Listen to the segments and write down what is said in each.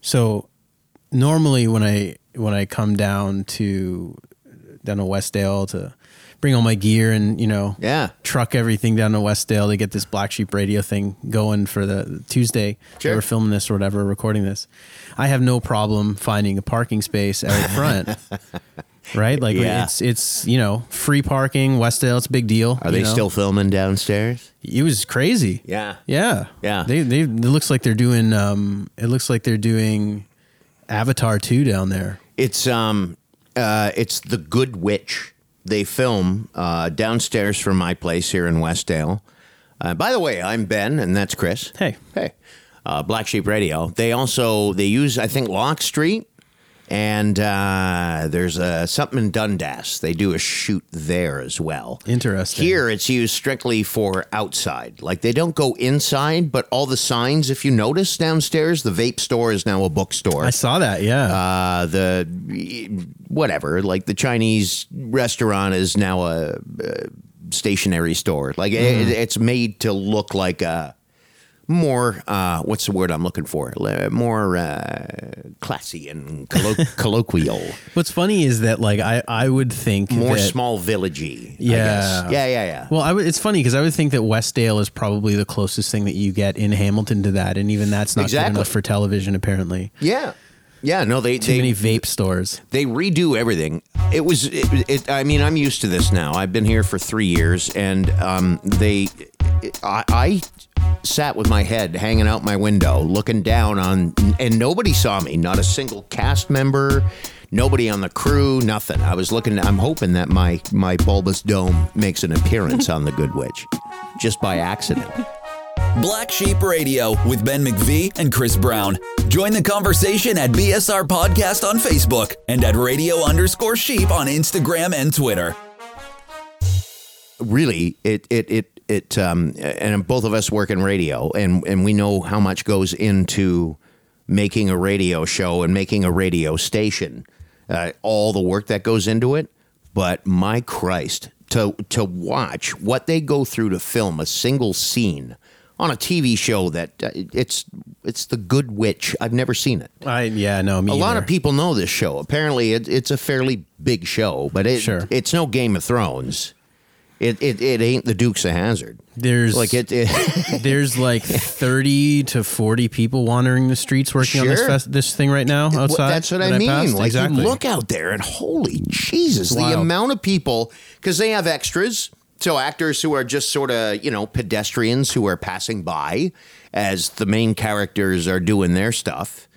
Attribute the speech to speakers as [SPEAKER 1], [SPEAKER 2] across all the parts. [SPEAKER 1] So normally when I when I come down to down to Westdale to bring all my gear and you know
[SPEAKER 2] Yeah.
[SPEAKER 1] truck everything down to Westdale to get this Black Sheep Radio thing going for the Tuesday.
[SPEAKER 2] Sure.
[SPEAKER 1] They were filming this or whatever, recording this. I have no problem finding a parking space out front. right? Like
[SPEAKER 2] Yeah.
[SPEAKER 1] it's it's you know free parking. Westdale, it's a big deal.
[SPEAKER 2] Are
[SPEAKER 1] you
[SPEAKER 2] they
[SPEAKER 1] know?
[SPEAKER 2] still filming downstairs?
[SPEAKER 1] It was crazy.
[SPEAKER 2] Yeah.
[SPEAKER 1] Yeah.
[SPEAKER 2] Yeah.
[SPEAKER 1] They they it looks like they're doing um it looks like they're doing Avatar 2 down there.
[SPEAKER 2] It's um uh it's the Good Witch. They film uh downstairs from my place here in Westdale. Uh, by the way, I'm Ben and that's Chris.
[SPEAKER 1] Hey.
[SPEAKER 2] Hey. Uh, Black Sheep Radio. They also they use I think Lock Street and uh, there's uh, something in Dundas. They do a shoot there as well.
[SPEAKER 1] Interesting.
[SPEAKER 2] Here it's used strictly for outside. Like they don't go inside, but all the signs, if you notice downstairs, the vape store is now a bookstore
[SPEAKER 1] I saw that. Yeah.
[SPEAKER 2] uh, the whatever, like the Chinese restaurant is now a, uh stationary store. Like
[SPEAKER 1] Mm-hmm.
[SPEAKER 2] it, it's made to look like a more uh, what's the word I'm looking for? Le- More uh, classy and collo- colloquial,
[SPEAKER 1] What's funny is that like I I would think
[SPEAKER 2] more
[SPEAKER 1] that-
[SPEAKER 2] small villagey. I guess.
[SPEAKER 1] Yeah.
[SPEAKER 2] yeah, yeah, yeah.
[SPEAKER 1] Well, I would, it's funny because I would think that Westdale is probably the closest thing that you get in Hamilton to that, and even that's not
[SPEAKER 2] Exactly.
[SPEAKER 1] good enough for television. Apparently,
[SPEAKER 2] yeah, yeah. No, they
[SPEAKER 1] too
[SPEAKER 2] they,
[SPEAKER 1] many vape stores.
[SPEAKER 2] they redo everything. It was, it, it, I mean, I'm used to this now. I've been here for three years, and um, they, I, I sat with my head hanging out my window, looking down on, and nobody saw me. Not a single cast member, nobody on the crew, nothing. I was looking. I'm hoping that my my bulbous dome makes an appearance on the Good Witch, just by accident.
[SPEAKER 3] Black Sheep Radio with Ben McVee and Chris Brown. Join the conversation at BSR Podcast on Facebook and at radio underscore sheep on Instagram and Twitter.
[SPEAKER 2] really it it it it um and both of us work in radio and and we know how much goes into making a radio show and making a radio station uh, all the work that goes into it but my christ to to watch what they go through to film a single scene on a TV show that uh, it's it's the good witch i've never seen it
[SPEAKER 1] I yeah no me
[SPEAKER 2] a lot
[SPEAKER 1] either.
[SPEAKER 2] of people know this show. Apparently, it, it's a fairly big show, but it,
[SPEAKER 1] Sure.
[SPEAKER 2] it's no Game of Thrones. It, it it ain't the Dukes of Hazard.
[SPEAKER 1] There's
[SPEAKER 2] Like it, it
[SPEAKER 1] there's like thirty to forty people wandering the streets working on this
[SPEAKER 2] Sure.
[SPEAKER 1] fest, this thing right now
[SPEAKER 2] well,
[SPEAKER 1] outside.
[SPEAKER 2] that's what
[SPEAKER 1] that
[SPEAKER 2] I mean.
[SPEAKER 1] passed.
[SPEAKER 2] like
[SPEAKER 1] exactly.
[SPEAKER 2] you look out there, and holy Jesus,
[SPEAKER 1] wild.
[SPEAKER 2] the amount of people because they have extras. So actors who are just sort of you know pedestrians who are passing by as the main characters are doing their stuff.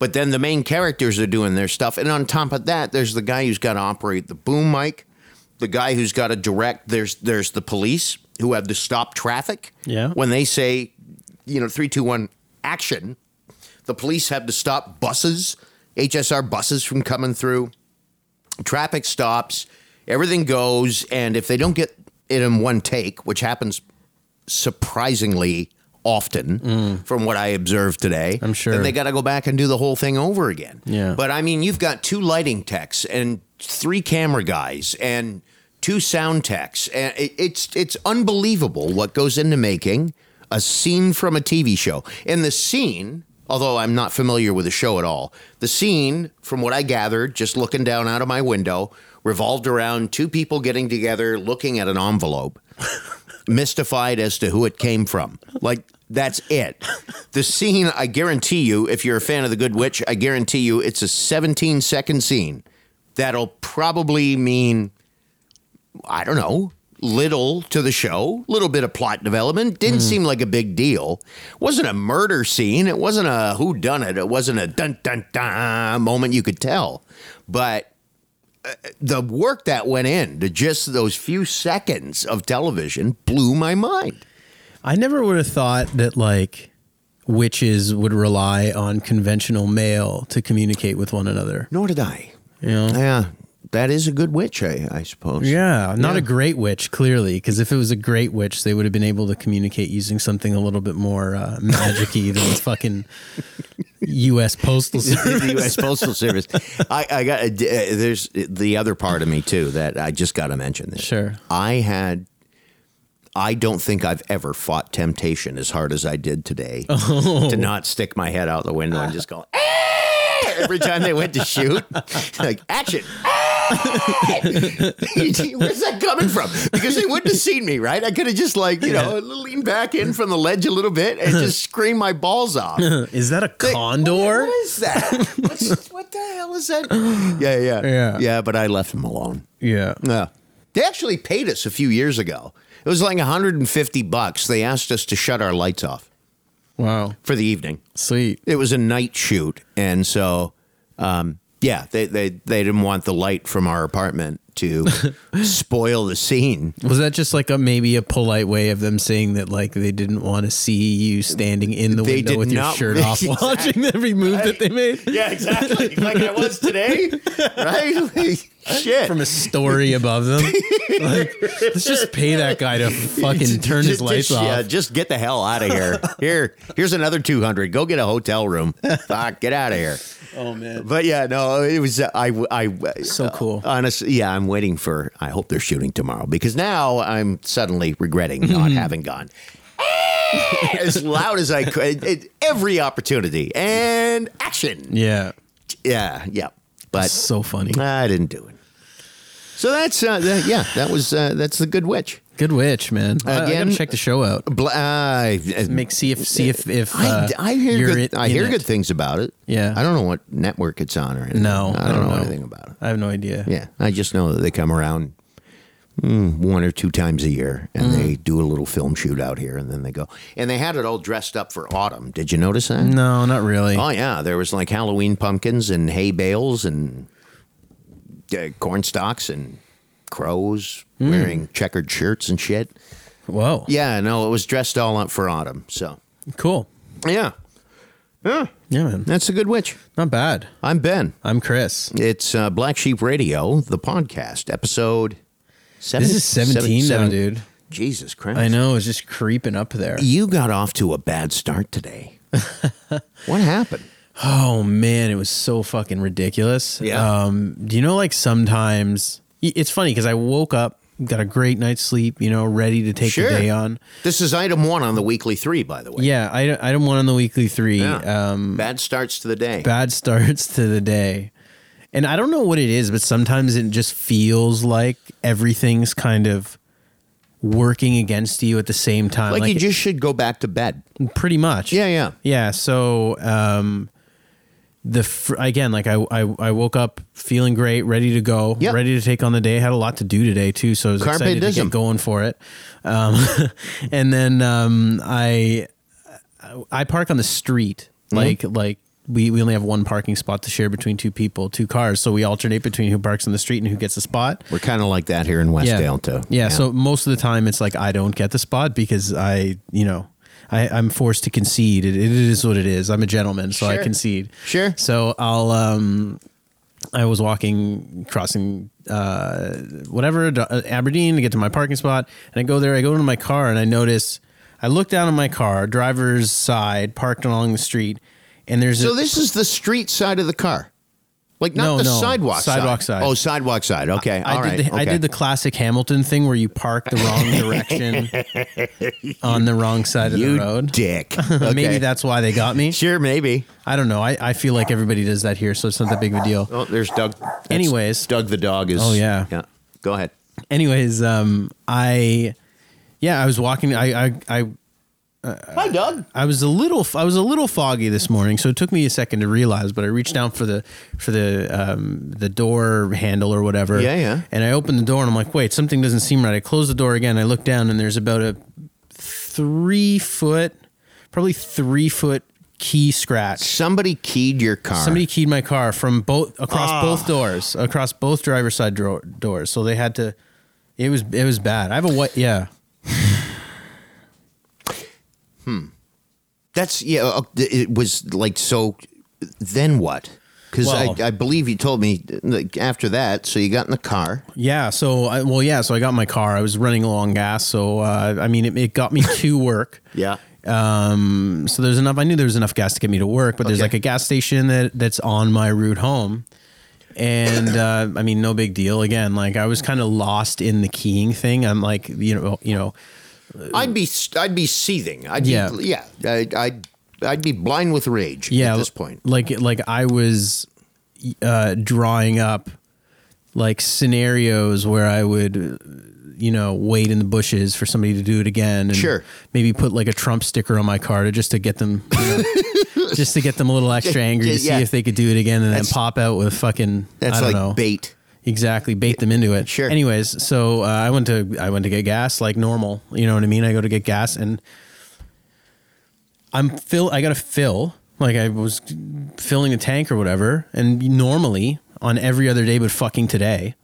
[SPEAKER 2] But then the main characters are doing their stuff, and on top of that, there's the guy who's got to operate the boom mic, the guy who's got to direct. There's there's the police who have to stop traffic.
[SPEAKER 1] Yeah.
[SPEAKER 2] When they say, you know, three, two, one, action, the police have to stop buses, HSR buses from coming through. Traffic stops, everything goes, and if they don't get it in one take, which happens surprisingly often from what I observed today,
[SPEAKER 1] Mm. I'm sure.
[SPEAKER 2] then they got to go back and do the whole thing over again.
[SPEAKER 1] Yeah.
[SPEAKER 2] But I mean, you've got two lighting techs and three camera guys and two sound techs, and it, it's it's unbelievable what goes into making a scene from a TV show. And the scene, although I'm not familiar with the show at all, the scene, from what I gathered, just looking down out of my window, revolved around two people getting together, looking at an envelope mystified as to who it came from. Like that's it. The scene, I guarantee you, if you're a fan of The Good Witch, I guarantee you it's a 17 second scene. That'll probably mean, I don't know, little to the show, little bit of plot development. Didn't seem like a big deal. Wasn't a murder scene. It wasn't a who done it. It wasn't a dun dun dun moment you could tell. But the work that went in to just those few seconds of television blew my mind.
[SPEAKER 1] I never would have thought that like witches would rely on conventional mail to communicate with one another.
[SPEAKER 2] Nor did I.
[SPEAKER 1] You know.
[SPEAKER 2] Yeah, that is a good witch, I, I suppose.
[SPEAKER 1] Yeah, not a great witch, clearly, because if it was a great witch, they would have been able to communicate using something a little bit more uh, magic-y than the fucking U.S. Postal Service.
[SPEAKER 2] the U.S. Postal Service. I, I got. Uh, there's the other part of me too that I just got to mention. This.
[SPEAKER 1] Sure.
[SPEAKER 2] I had. I don't think I've ever fought
[SPEAKER 1] Oh.
[SPEAKER 2] temptation as hard as I did today to not stick my head out the window and just go. "Ah!" every time they went to shoot. Like, action. Eh! Where's that coming from? Because they wouldn't have seen me, right? I could have just, like, you know, lean back in from the ledge a little bit and just scream my balls off.
[SPEAKER 1] Is that a condor?
[SPEAKER 2] What is that? What's, what the hell is that? Yeah, yeah,
[SPEAKER 1] Yeah.
[SPEAKER 2] yeah. But I left them alone.
[SPEAKER 1] Yeah.
[SPEAKER 2] Yeah, they actually paid us a few years ago. It was like 150 bucks. They asked us to shut our lights off
[SPEAKER 1] Wow.
[SPEAKER 2] for the evening.
[SPEAKER 1] Sweet.
[SPEAKER 2] It was a night shoot, and so um, yeah, they they they didn't want the light from our apartment to spoil the scene.
[SPEAKER 1] Was that just like a maybe a polite way of them saying that like they didn't want to see you standing in the
[SPEAKER 2] They
[SPEAKER 1] window
[SPEAKER 2] did
[SPEAKER 1] with your
[SPEAKER 2] not-
[SPEAKER 1] shirt off
[SPEAKER 2] Exactly.
[SPEAKER 1] watching every move that they made?
[SPEAKER 2] Yeah, exactly. like I was today, right? Like, shit.
[SPEAKER 1] From a story above them. Like, let's just pay that guy to fucking turn his
[SPEAKER 2] Just-
[SPEAKER 1] lights
[SPEAKER 2] just-
[SPEAKER 1] off.
[SPEAKER 2] Yeah, just get the hell out of here. Here, here's another two hundred. Go get a hotel room. Fuck, get out of here.
[SPEAKER 1] Oh man.
[SPEAKER 2] But yeah, no, it was uh, I I uh,
[SPEAKER 1] So cool.
[SPEAKER 2] honestly, yeah, I'm waiting for. I hope they're shooting tomorrow because now I'm suddenly regretting not
[SPEAKER 1] Mm-hmm.
[SPEAKER 2] having gone. as loud as I could, at every opportunity and action.
[SPEAKER 1] Yeah.
[SPEAKER 2] Yeah, yeah, but
[SPEAKER 1] So funny.
[SPEAKER 2] I didn't do it. So that's uh, that, yeah, that was uh, that's the Good Witch.
[SPEAKER 1] Good witch, man. I- I,
[SPEAKER 2] Again-
[SPEAKER 1] gotta check the show out.
[SPEAKER 2] Bla- uh,
[SPEAKER 1] Make see if see if if
[SPEAKER 2] I,
[SPEAKER 1] uh,
[SPEAKER 2] I hear
[SPEAKER 1] you're
[SPEAKER 2] good,
[SPEAKER 1] in-
[SPEAKER 2] I
[SPEAKER 1] in
[SPEAKER 2] hear
[SPEAKER 1] it.
[SPEAKER 2] good things about it.
[SPEAKER 1] Yeah.
[SPEAKER 2] I don't know what network it's on or anything.
[SPEAKER 1] No,
[SPEAKER 2] I don't, know, anything about it.
[SPEAKER 1] I have no idea.
[SPEAKER 2] Yeah, I just know that they come around mm, one or two times a year and
[SPEAKER 1] Mm.
[SPEAKER 2] they do a little film shoot out here and then they go and they had it all dressed up for autumn. Did you notice that?
[SPEAKER 1] No, not really.
[SPEAKER 2] Oh yeah, there was like Halloween pumpkins and hay bales and uh, corn stalks and crows
[SPEAKER 1] Hmm.
[SPEAKER 2] wearing checkered shirts and shit.
[SPEAKER 1] Whoa.
[SPEAKER 2] Yeah, no, it was dressed all up for autumn. So
[SPEAKER 1] Cool.
[SPEAKER 2] yeah,
[SPEAKER 1] Yeah, man.
[SPEAKER 2] that's a good witch.
[SPEAKER 1] Not bad.
[SPEAKER 2] I'm Ben.
[SPEAKER 1] I'm Chris.
[SPEAKER 2] It's uh, Black Sheep Radio, the podcast, episode seven,
[SPEAKER 1] This is 17 now,
[SPEAKER 2] seven-
[SPEAKER 1] dude.
[SPEAKER 2] Jesus Christ.
[SPEAKER 1] I know it's just creeping up there.
[SPEAKER 2] You got off to a bad start today. what happened?
[SPEAKER 1] Oh man, it was so fucking ridiculous.
[SPEAKER 2] Yeah.
[SPEAKER 1] Um, do you know like sometimes y- it's funny because I woke up, got a great night's sleep, you know, ready to take
[SPEAKER 2] Sure.
[SPEAKER 1] the day on.
[SPEAKER 2] This is item one on the weekly three, by the way.
[SPEAKER 1] Yeah, I I don't want on the weekly three.
[SPEAKER 2] Yeah.
[SPEAKER 1] Um,
[SPEAKER 2] bad starts to the day.
[SPEAKER 1] bad starts to the day. And I don't know what it is, but sometimes it just feels like everything's kind of working against you at the same time.
[SPEAKER 2] like,
[SPEAKER 1] Like,
[SPEAKER 2] you just should go back to bed.
[SPEAKER 1] pretty much.
[SPEAKER 2] Yeah, yeah.
[SPEAKER 1] Yeah. So, um, the fr- again, like I, I, I woke up feeling great, ready to go,
[SPEAKER 2] Yeah.
[SPEAKER 1] ready to take on the day. I had a lot to do today too, so I was
[SPEAKER 2] Carpe
[SPEAKER 1] excited to
[SPEAKER 2] diem.
[SPEAKER 1] get going for it. Um, and then um, I, I park on the street,
[SPEAKER 2] Mm-hmm.
[SPEAKER 1] like like. We, we only have one parking spot to share between two people, two cars. So we alternate between who parks on the street and who gets a spot.
[SPEAKER 2] We're kind of like that here in Westdale, too.
[SPEAKER 1] Yeah. So most of the time, it's like I don't get the spot because I, you know, I, I'm forced to concede. It, it is what it is. I'm a gentleman, so I
[SPEAKER 2] Sure.
[SPEAKER 1] concede.
[SPEAKER 2] Sure.
[SPEAKER 1] So I'll. um I was walking, crossing, uh, whatever to- uh, Aberdeen to get to my parking spot, and I go there. I go into my car, and I notice. I look down at my car, driver's side, parked along the street, and there's
[SPEAKER 2] So
[SPEAKER 1] a,
[SPEAKER 2] this is the street side of the car. Like, not
[SPEAKER 1] No,
[SPEAKER 2] the
[SPEAKER 1] no,
[SPEAKER 2] sidewalk side.
[SPEAKER 1] sidewalk side.
[SPEAKER 2] Oh, sidewalk side. Okay.
[SPEAKER 1] I
[SPEAKER 2] all
[SPEAKER 1] did
[SPEAKER 2] right.
[SPEAKER 1] the, I
[SPEAKER 2] okay.
[SPEAKER 1] did the classic Hamilton thing where you park the wrong direction on the wrong side of
[SPEAKER 2] You
[SPEAKER 1] the road.
[SPEAKER 2] dick.
[SPEAKER 1] Maybe
[SPEAKER 2] Okay.
[SPEAKER 1] that's why they got me.
[SPEAKER 2] Sure, maybe.
[SPEAKER 1] I don't know. I, I feel like everybody does that here, so it's not that big of a deal.
[SPEAKER 2] Oh, there's Doug. That's
[SPEAKER 1] Anyways.
[SPEAKER 2] Doug the dog is.
[SPEAKER 1] Oh, yeah.
[SPEAKER 2] Yeah. Go ahead.
[SPEAKER 1] Anyways, um, I yeah, I was walking. I I I,
[SPEAKER 2] Hi, Doug.
[SPEAKER 1] I was a little I was a little foggy this morning, so it took me a second to realize. But I reached down for the for the um, the door handle or whatever.
[SPEAKER 2] Yeah, yeah.
[SPEAKER 1] And I opened the door and I'm like, wait, something doesn't seem right. I close the door again. I look down and there's about a three foot, probably three foot key scratch.
[SPEAKER 2] Somebody keyed your car.
[SPEAKER 1] Somebody keyed my car from both across
[SPEAKER 2] Ah.
[SPEAKER 1] both doors, across both driver's side dro- doors. So they had to. It was it was bad. I have a what? Yeah,
[SPEAKER 2] That's yeah. uh, It was like so. Then what? Because
[SPEAKER 1] Well-
[SPEAKER 2] I, I believe you told me like, after that. So you got in the car.
[SPEAKER 1] yeah. So I, well, yeah. So I got my car. I was running low on gas. So uh, I mean, it, it got me to work.
[SPEAKER 2] Yeah.
[SPEAKER 1] Um. So there's enough. I knew there was enough gas to get me to work, but there's
[SPEAKER 2] Okay.
[SPEAKER 1] like a gas station that that's on my route home. And uh, I mean, no big deal. Again, like I was kind of lost in the keying thing. I'm like, you know, you know,
[SPEAKER 2] I'd be I'd be seething. I'd
[SPEAKER 1] Yeah.
[SPEAKER 2] Be, yeah. I, I'd I'd be blind with rage
[SPEAKER 1] yeah,
[SPEAKER 2] at this point.
[SPEAKER 1] Like like I was uh, drawing up like scenarios where I would you know wait in the bushes for somebody to do it again and
[SPEAKER 2] Sure.
[SPEAKER 1] maybe put like a Trump sticker on my car to just to get them you know, just to get them a little extra angry to see
[SPEAKER 2] yeah.
[SPEAKER 1] if they could do it again and
[SPEAKER 2] That's-
[SPEAKER 1] then pop out with fucking
[SPEAKER 2] That's
[SPEAKER 1] I don't
[SPEAKER 2] like
[SPEAKER 1] know
[SPEAKER 2] bait.
[SPEAKER 1] Exactly, bait them into it.
[SPEAKER 2] Sure.
[SPEAKER 1] Anyways, so uh, I went to I went to get gas like normal. You know what I mean? I go to get gas and I'm fill. I got to fill. Like I was filling a tank or whatever. And normally on every other day, but fucking today,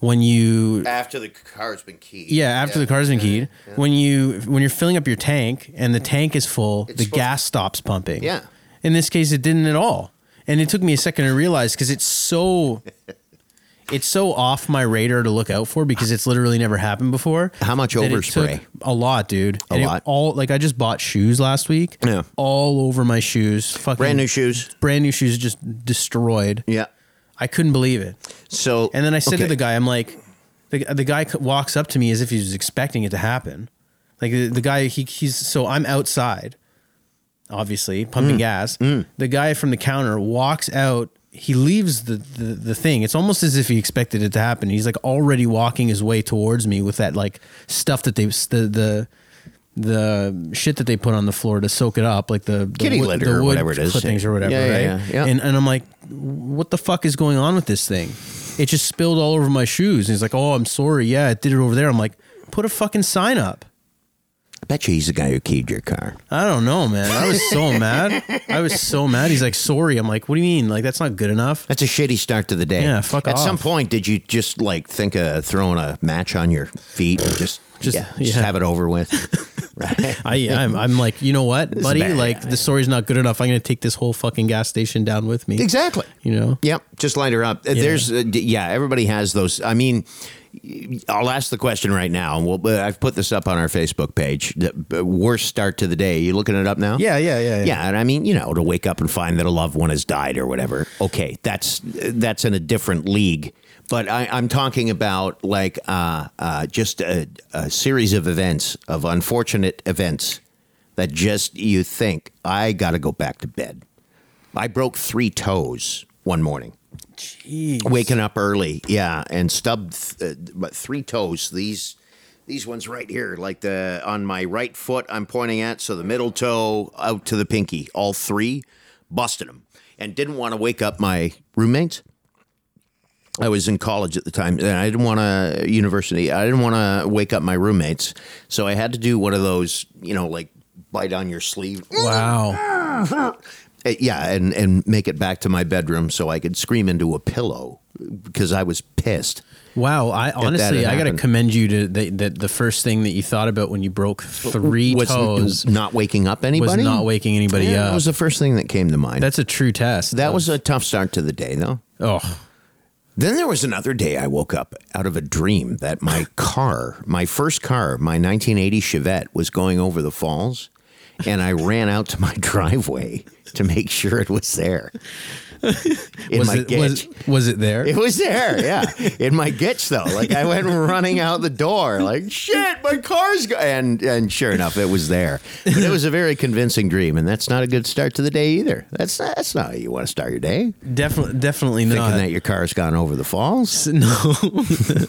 [SPEAKER 1] when you
[SPEAKER 2] After the car's been keyed.
[SPEAKER 1] yeah after the car's been keyed, when you when you're filling up your tank and the tank is full, the
[SPEAKER 2] supposed-
[SPEAKER 1] gas stops pumping.
[SPEAKER 2] Yeah.
[SPEAKER 1] In this case, it didn't at all, and it took me a second to realize because it's so. It's so off my radar to look out for because it's literally never happened before.
[SPEAKER 2] How much
[SPEAKER 1] that it
[SPEAKER 2] overspray?
[SPEAKER 1] took A lot, dude. A
[SPEAKER 2] lot.
[SPEAKER 1] all like I just bought shoes last week.
[SPEAKER 2] Yeah.
[SPEAKER 1] All over my shoes. Fucking
[SPEAKER 2] Brand new shoes.
[SPEAKER 1] brand new shoes just destroyed.
[SPEAKER 2] Yeah.
[SPEAKER 1] I couldn't believe it.
[SPEAKER 2] So
[SPEAKER 1] And then I said
[SPEAKER 2] okay.
[SPEAKER 1] to the guy, I'm like, the, the guy c- walks up to me as if he was expecting it to happen. Like the, the guy, he, he's so I'm outside, obviously pumping gas. The guy from the counter walks out. He leaves the, the the thing. It's almost as if he expected it to happen. He's like already walking his way towards me with that like stuff that they the the the shit that they put on the floor to soak it up, like the, the
[SPEAKER 2] Kitty litter
[SPEAKER 1] the
[SPEAKER 2] or whatever it is.
[SPEAKER 1] clippings or whatever,
[SPEAKER 2] Yeah, yeah,
[SPEAKER 1] right?
[SPEAKER 2] yeah, yeah.
[SPEAKER 1] And and I'm like, what the fuck is going on with this thing? It just spilled all over my shoes. And he's like, oh, I'm sorry. Yeah, it did it over there. I'm like, put a fucking sign up.
[SPEAKER 2] I bet you he's the guy who keyed your car.
[SPEAKER 1] I don't know, man. I was so mad. I was so mad. He's like, sorry. I'm like, what do you mean? Like, that's not good enough.
[SPEAKER 2] That's a shitty start to the day.
[SPEAKER 1] Yeah, fuck
[SPEAKER 2] At some
[SPEAKER 1] off.
[SPEAKER 2] point, did you just like think of throwing a match on your feet and just
[SPEAKER 1] Just-
[SPEAKER 2] just, yeah, just
[SPEAKER 1] yeah.
[SPEAKER 2] have it over with? right.
[SPEAKER 1] I, I'm, I'm like, you know what, buddy?
[SPEAKER 2] bad.
[SPEAKER 1] Like, the story's not good enough. I'm going to take this whole fucking gas station down with me.
[SPEAKER 2] Exactly.
[SPEAKER 1] You know?
[SPEAKER 2] Yep. Just light her up. Uh, There's, uh, d- yeah, everybody has those. I mean, y- I'll ask the question right now, and we'll, but I've put this up on our Facebook page. The uh, worst start to the day. You looking it up now?
[SPEAKER 1] yeah, yeah.
[SPEAKER 2] Yeah, and I mean, you know, to wake up and find that a loved one has died or whatever. Okay, that's that's in a different league. But I, I'm talking about like uh, uh, just a, a series of events, of unfortunate events, that just you think I got to go back to bed. I broke three toes one morning
[SPEAKER 1] Jeez.
[SPEAKER 2] waking up early yeah and stubbed th- uh, but three toes these these ones right here like the on my right foot i'm pointing at so the middle toe out to the pinky all three busted them and didn't want to wake up my roommates I was in college at the time, and I didn't want to university. I didn't want to wake up my roommates, so I had to do one of those, you know, like bite on your sleeve.
[SPEAKER 1] Wow.
[SPEAKER 2] Uh, yeah, and and make it back to my bedroom so I could scream into a pillow because I was pissed.
[SPEAKER 1] Wow. I honestly,
[SPEAKER 2] had
[SPEAKER 1] I got to
[SPEAKER 2] happened.
[SPEAKER 1] commend you to that, that the first thing that you thought about when you broke three
[SPEAKER 2] was
[SPEAKER 1] toes
[SPEAKER 2] not waking up
[SPEAKER 1] was
[SPEAKER 2] anybody.
[SPEAKER 1] not waking anybody
[SPEAKER 2] Yeah,
[SPEAKER 1] up.
[SPEAKER 2] that was the first thing that came to mind.
[SPEAKER 1] That's a true test.
[SPEAKER 2] that was a tough start to the day, though.
[SPEAKER 1] oh
[SPEAKER 2] Then there was another day I woke up out of a dream that my car, my first car, my 1980 Chevette, was going over the falls, and I ran out to my driveway to make sure it was there. In
[SPEAKER 1] was
[SPEAKER 2] my
[SPEAKER 1] it was,
[SPEAKER 2] gitch.
[SPEAKER 1] was it there?
[SPEAKER 2] It was there, yeah. In my gitch though, like I went running out the door, like shit, my car's go-. and and sure enough, it was there. But it was a very convincing dream, and that's not a good start to the day either. That's not, that's not how you want to start your day,
[SPEAKER 1] definitely definitely
[SPEAKER 2] thinking
[SPEAKER 1] not.
[SPEAKER 2] that your car's gone over the falls.
[SPEAKER 1] no,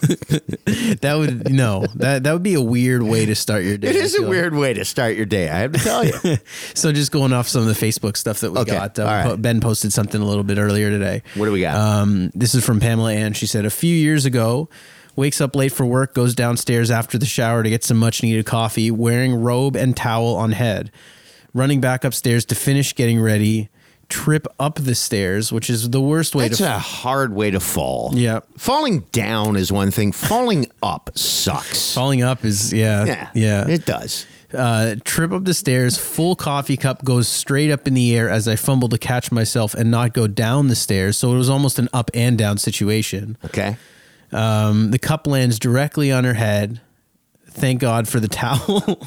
[SPEAKER 1] that would no that that would be a weird way to start your day.
[SPEAKER 2] It
[SPEAKER 1] I
[SPEAKER 2] is a
[SPEAKER 1] feel like.
[SPEAKER 2] weird way to start your day. I have to tell you.
[SPEAKER 1] So just going off some of the Facebook stuff that we
[SPEAKER 2] Okay,
[SPEAKER 1] got. Uh,
[SPEAKER 2] all right.
[SPEAKER 1] po- Ben posted something a little bit earlier today.
[SPEAKER 2] What do we got?
[SPEAKER 1] Um, this is from Pamela Ann. She said, A few years ago, wakes up late for work, goes downstairs after the shower to get some much needed coffee, wearing robe and towel on head. Running back upstairs to finish getting ready, trip up the stairs, which is the worst way
[SPEAKER 2] It's
[SPEAKER 1] to.
[SPEAKER 2] a hard way to fall.
[SPEAKER 1] Yeah.
[SPEAKER 2] falling down is one thing. Falling up sucks.
[SPEAKER 1] Falling up is, yeah.
[SPEAKER 2] yeah,
[SPEAKER 1] Yeah.
[SPEAKER 2] it does.
[SPEAKER 1] Uh, trip up the stairs, full coffee cup goes straight up in the air as I fumble to catch myself and not go down the stairs. So it was almost an up and down situation.
[SPEAKER 2] Okay.
[SPEAKER 1] Um, the cup lands directly on her head. Thank God for the towel.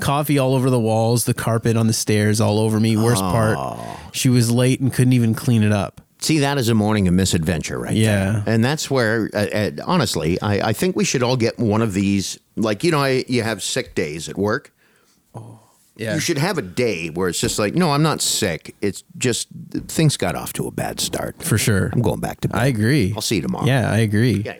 [SPEAKER 1] Coffee all over the walls, the carpet on the stairs, all over me. Worst part, she was late and couldn't even clean it up.
[SPEAKER 2] See, that is a morning of misadventure, right?
[SPEAKER 1] Yeah.
[SPEAKER 2] there. and that's where, uh, uh, honestly, I, I think we should all get one of these. Like you know, I, you have sick days at work.
[SPEAKER 1] Yeah.
[SPEAKER 2] you should have a day where it's just like, no, I'm not sick. It's just things got off to a bad start.
[SPEAKER 1] for sure.
[SPEAKER 2] I'm going back to bed.
[SPEAKER 1] I agree.
[SPEAKER 2] I'll see you tomorrow.
[SPEAKER 1] Yeah, I agree.
[SPEAKER 2] Yeah.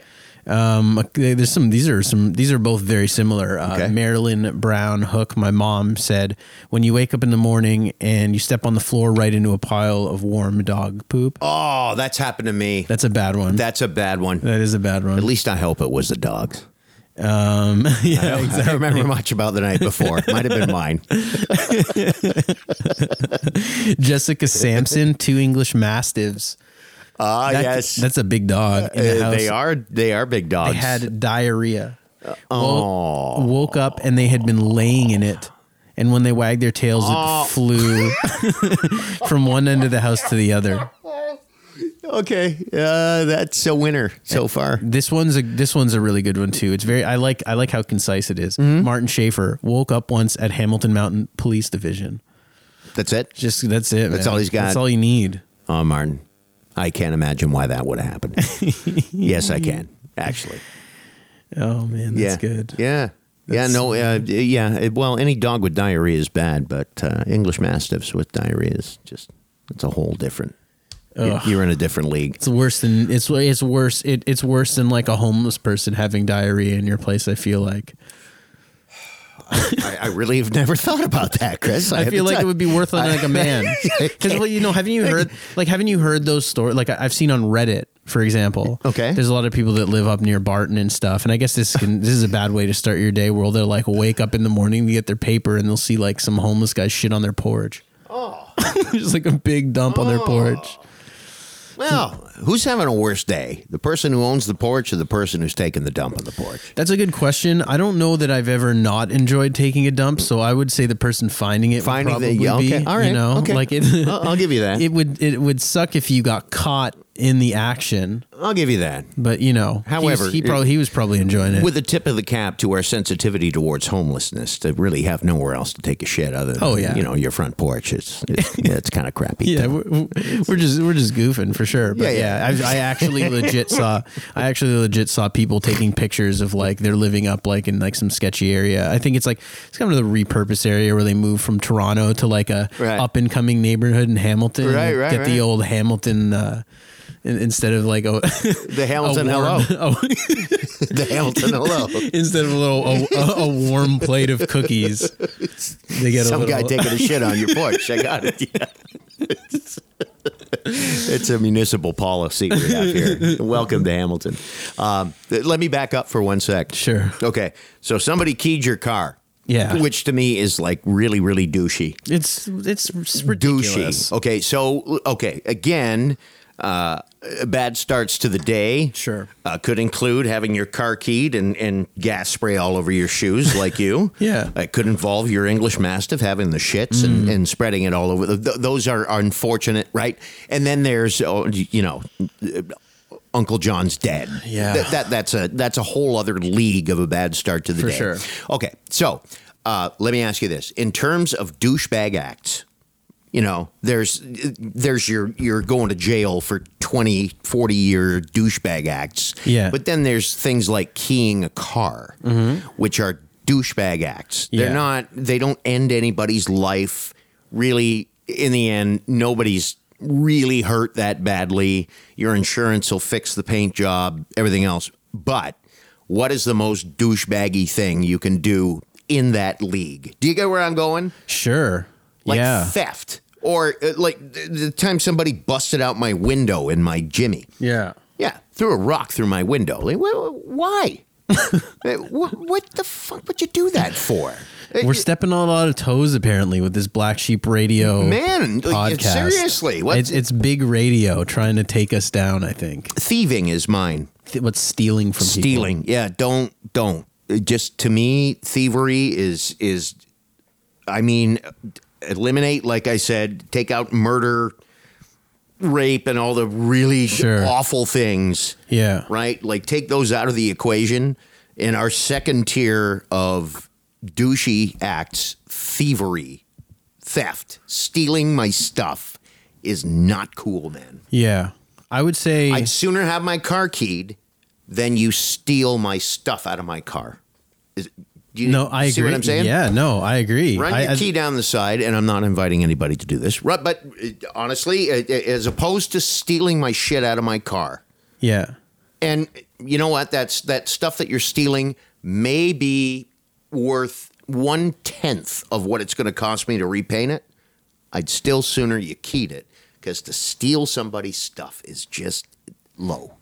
[SPEAKER 1] Um, okay, there's some. These are some. These are both very similar. Uh,
[SPEAKER 2] Okay.
[SPEAKER 1] Marilyn Brown Hook. My mom said, "When you wake up in the morning and you step on the floor right into a pile of warm dog poop,
[SPEAKER 2] Oh, that's happened to me.
[SPEAKER 1] that's a bad one.
[SPEAKER 2] That's a bad one.
[SPEAKER 1] that is a bad one.
[SPEAKER 2] At least I hope it was the dogs.
[SPEAKER 1] Um, yeah,
[SPEAKER 2] I
[SPEAKER 1] exactly.
[SPEAKER 2] don't remember much about the night before. Might have been mine.
[SPEAKER 1] Jessica Sampson, two English Mastiffs.
[SPEAKER 2] Ah,
[SPEAKER 1] That-
[SPEAKER 2] yes.
[SPEAKER 1] that's a big dog. In the
[SPEAKER 2] Uh,
[SPEAKER 1] house.
[SPEAKER 2] they are Uh, they are big dogs.
[SPEAKER 1] They had diarrhea. Oh. woke up and they had been laying in it. And when they wagged their tails, it flew from one end of the house to the other.
[SPEAKER 2] okay, uh, that's a winner so far.
[SPEAKER 1] This one's a this one's a really good one too. It's very I like I like how concise it is. Martin Schaefer woke up once at Hamilton Mountain Police Division.
[SPEAKER 2] That's it.
[SPEAKER 1] Just that's it.
[SPEAKER 2] That's
[SPEAKER 1] man.
[SPEAKER 2] all he's got.
[SPEAKER 1] That's all you need.
[SPEAKER 2] Oh, Martin, I can't imagine why that would have happened. yes, I can actually.
[SPEAKER 1] Oh man, that's
[SPEAKER 2] yeah,
[SPEAKER 1] good.
[SPEAKER 2] Yeah, yeah. No, uh, yeah. it- Well, any dog with diarrhea is bad, but uh, English Mastiffs with diarrhea is just it's a whole different. you- You're in a different league.
[SPEAKER 1] It's worse than it's it's worse it, it's worse than like a homeless person having diarrhea in your place. I feel like
[SPEAKER 2] I, I really have never thought about that, Chris.
[SPEAKER 1] I
[SPEAKER 2] had
[SPEAKER 1] feel
[SPEAKER 2] to
[SPEAKER 1] like it
[SPEAKER 2] tell-
[SPEAKER 1] would be worth looking like a man. Because well, you know, haven't you heard like haven't you heard those stories? Like I- I've seen on Reddit, for example.
[SPEAKER 2] Okay.
[SPEAKER 1] there's a lot of people that live up near Barton and stuff, and I guess this can, this is a bad way to start your day. Where they'll like wake up in the morning to get their paper, and they'll see like some homeless guy shit on their porch. Oh, just like a big dump on their
[SPEAKER 2] Oh.
[SPEAKER 1] porch.
[SPEAKER 2] Well, who's having a worse day? The person who owns the porch or the person who's taking the dump on the porch?
[SPEAKER 1] That's a good question. I don't know that I've ever not enjoyed taking a dump, so I would say the person finding it
[SPEAKER 2] Finding
[SPEAKER 1] would probably
[SPEAKER 2] the yeah,
[SPEAKER 1] be,
[SPEAKER 2] okay, all right,
[SPEAKER 1] you know,
[SPEAKER 2] okay. Uh-uh.
[SPEAKER 1] like it,
[SPEAKER 2] I'll, I'll give you that.
[SPEAKER 1] it would it would suck if you got caught in the action,
[SPEAKER 2] I'll give you that.
[SPEAKER 1] but you know, he was-
[SPEAKER 2] However,
[SPEAKER 1] he, probably he was probably enjoying it.
[SPEAKER 2] With a tip of the cap to our sensitivity towards homelessness, to really have nowhere else to take a shit other than
[SPEAKER 1] Oh, yeah.
[SPEAKER 2] you know your front porch. It's it's, yeah, it's kind of crappy.
[SPEAKER 1] yeah, we're, we're just we're just goofing for sure. But
[SPEAKER 2] Yeah, yeah.
[SPEAKER 1] yeah, I, I actually legit saw I actually legit saw people taking pictures of like they're living up like in like some sketchy area. I think it's like it's kind of the repurpose area where they move from Toronto to like a
[SPEAKER 2] Right.
[SPEAKER 1] up and coming neighborhood in Hamilton.
[SPEAKER 2] Right,
[SPEAKER 1] and
[SPEAKER 2] right,
[SPEAKER 1] Get
[SPEAKER 2] right.
[SPEAKER 1] the old Hamilton. Uh, in- instead of like a,
[SPEAKER 2] The Hamilton
[SPEAKER 1] a warm-
[SPEAKER 2] hello.
[SPEAKER 1] a-
[SPEAKER 2] the Hamilton hello.
[SPEAKER 1] instead of a little a, a- a warm plate of cookies, they get
[SPEAKER 2] Some
[SPEAKER 1] a
[SPEAKER 2] guy
[SPEAKER 1] little.
[SPEAKER 2] taking a shit on your porch. I got it. Yeah. it's a municipal policy we have here. Welcome to Hamilton. Um, th- let me back up for one sec.
[SPEAKER 1] Sure.
[SPEAKER 2] Okay. So somebody keyed your car.
[SPEAKER 1] Yeah.
[SPEAKER 2] Which to me is like really, really douchey.
[SPEAKER 1] it's it's ridiculous.
[SPEAKER 2] Douchey. Okay. So, okay. Again, uh, bad starts to the day.
[SPEAKER 1] Sure.
[SPEAKER 2] Uh, could include having your car keyed and, and gas spray all over your shoes, like you. Uh,
[SPEAKER 1] Yeah. Mm.
[SPEAKER 2] It could involve your English Mastiff having the shits and, and spreading it all over. Th- th- those are, are unfortunate, right? And then there's, oh, you know, uh, Uncle John's dead.
[SPEAKER 1] Yeah.
[SPEAKER 2] That, that that's a that's a whole other league of a bad start to the
[SPEAKER 1] For
[SPEAKER 2] day.
[SPEAKER 1] sure.
[SPEAKER 2] Okay, so uh, let me ask you this: in terms of douchebag acts, you know, there's there's your you're going to jail for 20, 40 year douchebag acts.
[SPEAKER 1] Yeah. Mm-hmm.
[SPEAKER 2] But then there's things like keying a car, which are douchebag acts.
[SPEAKER 1] Yeah.
[SPEAKER 2] They're not. They don't end anybody's life. Really, in the end, nobody's really hurt that badly. Your insurance will fix the paint job. Everything else, but what is the most douchebaggy thing you can do in that league? Do you get where I'm going?
[SPEAKER 1] Sure.
[SPEAKER 2] Like
[SPEAKER 1] yeah.
[SPEAKER 2] theft, or uh, like the the time somebody busted out my window in my Jimmy.
[SPEAKER 1] yeah.
[SPEAKER 2] Yeah, threw a rock through my window. Like, wh- wh- why? Uh, wh- what the fuck would you do that for? Uh,
[SPEAKER 1] We're stepping on a lot of toes apparently with this black sheep radio
[SPEAKER 2] Man, like,
[SPEAKER 1] podcast.
[SPEAKER 2] seriously, what-
[SPEAKER 1] It's, it's big radio trying to take us down. I think
[SPEAKER 2] thieving is mine.
[SPEAKER 1] Th- what's stealing from people.
[SPEAKER 2] Stealing, yeah. Don't, don't. Uh, Just to me, thievery is is. I mean, eliminate, like I said, take out murder, rape, and all the really
[SPEAKER 1] Sure.
[SPEAKER 2] awful things.
[SPEAKER 1] Yeah.
[SPEAKER 2] right? Like take those out of the equation. In our second tier of douchey acts, thievery, theft, stealing my stuff is not cool, man.
[SPEAKER 1] Yeah. I would say
[SPEAKER 2] I'd sooner have my car keyed than you steal my stuff out of my car. Is- Do you
[SPEAKER 1] no, I
[SPEAKER 2] see
[SPEAKER 1] agree.
[SPEAKER 2] what I'm saying?
[SPEAKER 1] Yeah, no, I agree.
[SPEAKER 2] Run
[SPEAKER 1] I,
[SPEAKER 2] your
[SPEAKER 1] I-
[SPEAKER 2] key down the side, and I'm not inviting anybody to do this. Ru- But uh, honestly, uh, as opposed to stealing my shit out of my car,
[SPEAKER 1] yeah.
[SPEAKER 2] and you know what? That's that stuff that you're stealing may be worth one tenth of what it's going to cost me to repaint it. I'd still sooner you keyed it because to steal somebody's stuff is just low.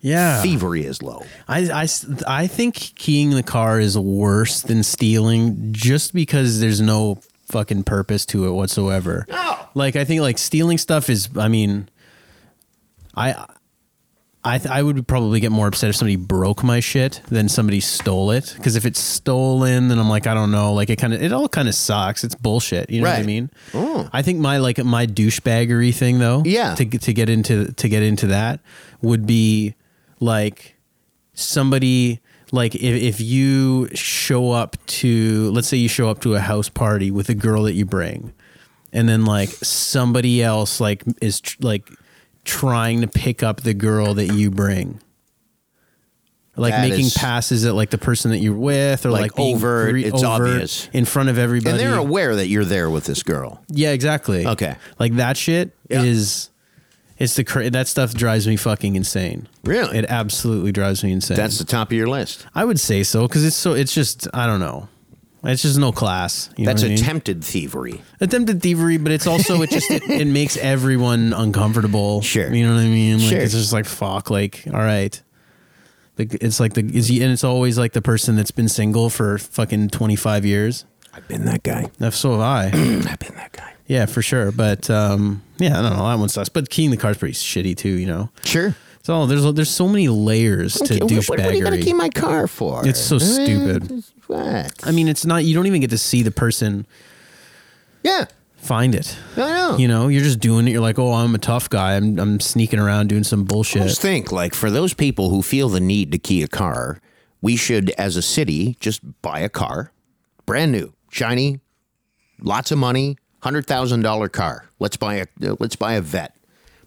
[SPEAKER 1] Yeah.
[SPEAKER 2] Thievery is low.
[SPEAKER 1] I, I s- I think keying the car is worse than stealing just because there's no fucking purpose to it whatsoever.
[SPEAKER 2] No.
[SPEAKER 1] Like I think like stealing stuff is I mean I I th- I would probably get more upset if somebody broke my shit than somebody stole it cuz if it's stolen then I'm like I don't know like it kind of it all kind of sucks. It's bullshit, you know what I
[SPEAKER 2] Right. Mm.
[SPEAKER 1] mean? I think my like my douchebaggery thing though
[SPEAKER 2] Yeah.
[SPEAKER 1] to get- to get into to get into that would be like somebody like if, if you show up to let's say you show up to a house party with a girl that you bring and then like somebody else like is tr- like trying to pick up the girl that you bring like
[SPEAKER 2] That
[SPEAKER 1] making
[SPEAKER 2] is-
[SPEAKER 1] passes at like the person that you're with or
[SPEAKER 2] Like
[SPEAKER 1] like, being
[SPEAKER 2] overt,
[SPEAKER 1] gre-
[SPEAKER 2] it's obvious.
[SPEAKER 1] in front of everybody
[SPEAKER 2] And they're aware that you're there with this girl.
[SPEAKER 1] yeah, exactly.
[SPEAKER 2] Okay.
[SPEAKER 1] Like that shit
[SPEAKER 2] Yeah.
[SPEAKER 1] is it's the cra- that stuff drives me fucking insane.
[SPEAKER 2] Really?
[SPEAKER 1] It absolutely drives me insane.
[SPEAKER 2] That's the top of your list.
[SPEAKER 1] I would say so cuz it's so it's just I don't know. It's just no class. You know
[SPEAKER 2] That's
[SPEAKER 1] what I mean?
[SPEAKER 2] attempted thievery.
[SPEAKER 1] attempted thievery, but it's also it just it, it makes everyone uncomfortable.
[SPEAKER 2] Sure.
[SPEAKER 1] you know what I mean. Like,
[SPEAKER 2] Sure.
[SPEAKER 1] it's just like fuck. Like all right, like it's like the is he, and it's always like the person that's been single for fucking twenty five years.
[SPEAKER 2] I've been that guy.
[SPEAKER 1] That's so have I.
[SPEAKER 3] Mm.
[SPEAKER 2] I've been that guy.
[SPEAKER 1] Yeah, for sure. But um, yeah, I don't know. That one sucks. But keying the car's pretty shitty too. You know.
[SPEAKER 2] Sure.
[SPEAKER 1] So there's there's so many layers to
[SPEAKER 2] Okay, what, what are you going to keep
[SPEAKER 1] douchebaggery.
[SPEAKER 2] my car for?
[SPEAKER 1] It's so
[SPEAKER 2] Eh,
[SPEAKER 1] stupid.
[SPEAKER 2] What?
[SPEAKER 1] I mean, it's not. You don't even get to see the person
[SPEAKER 2] yeah,
[SPEAKER 1] find it.
[SPEAKER 2] I know.
[SPEAKER 1] You know, you're just doing it. You're like, oh, I'm a tough guy. I'm I'm sneaking around doing some bullshit.
[SPEAKER 2] Just think, like, for those people who feel the need to key a car, we should, as a city, just buy a car, brand new, shiny, lots of money, hundred thousand dollar car. Let's buy a uh, let's buy a vet.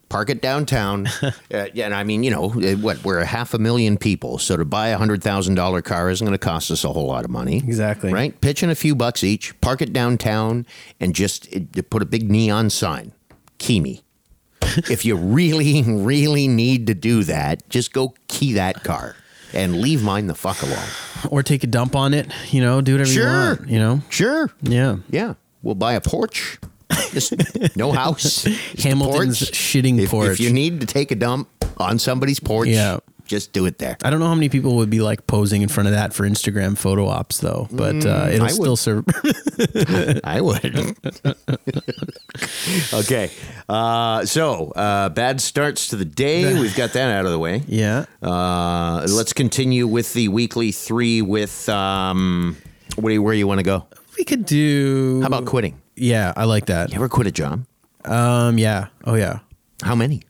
[SPEAKER 2] Park it downtown, uh, yeah, and I mean, you know, uh, what we're a half a million people, so to buy a hundred thousand dollar car isn't going to cost us a whole lot of money.
[SPEAKER 1] Exactly.
[SPEAKER 2] right? Pitch in a few bucks each, park it downtown, and just uh, put a big neon sign, key me. if you really, really need to do that, just go key that car and leave mine the fuck alone.
[SPEAKER 1] Or take a dump on it. You know, do whatever you
[SPEAKER 2] Sure.
[SPEAKER 1] want. You know.
[SPEAKER 2] Sure.
[SPEAKER 1] Yeah.
[SPEAKER 2] Yeah. We'll buy a porch. Just no house. Just a
[SPEAKER 1] Hamilton's
[SPEAKER 2] porch.
[SPEAKER 1] shitting
[SPEAKER 2] If-
[SPEAKER 1] porch.
[SPEAKER 2] If you need to take a dump on somebody's porch,
[SPEAKER 1] Yeah.
[SPEAKER 2] just do it there.
[SPEAKER 1] I don't know how many people would be like posing in front of that for Instagram photo ops though, but uh, it'll
[SPEAKER 2] Mm, I would.
[SPEAKER 1] still serve.
[SPEAKER 2] I would. okay. Uh, so, uh, bad starts to the day. We've got that out of the way.
[SPEAKER 1] yeah.
[SPEAKER 2] Uh, let's continue with the weekly three with um, what do you, where you want to go?
[SPEAKER 1] We could do.
[SPEAKER 2] How about quitting?
[SPEAKER 1] Yeah, I like that.
[SPEAKER 2] You ever quit a job?
[SPEAKER 1] Um. Yeah. Oh yeah.
[SPEAKER 2] How many?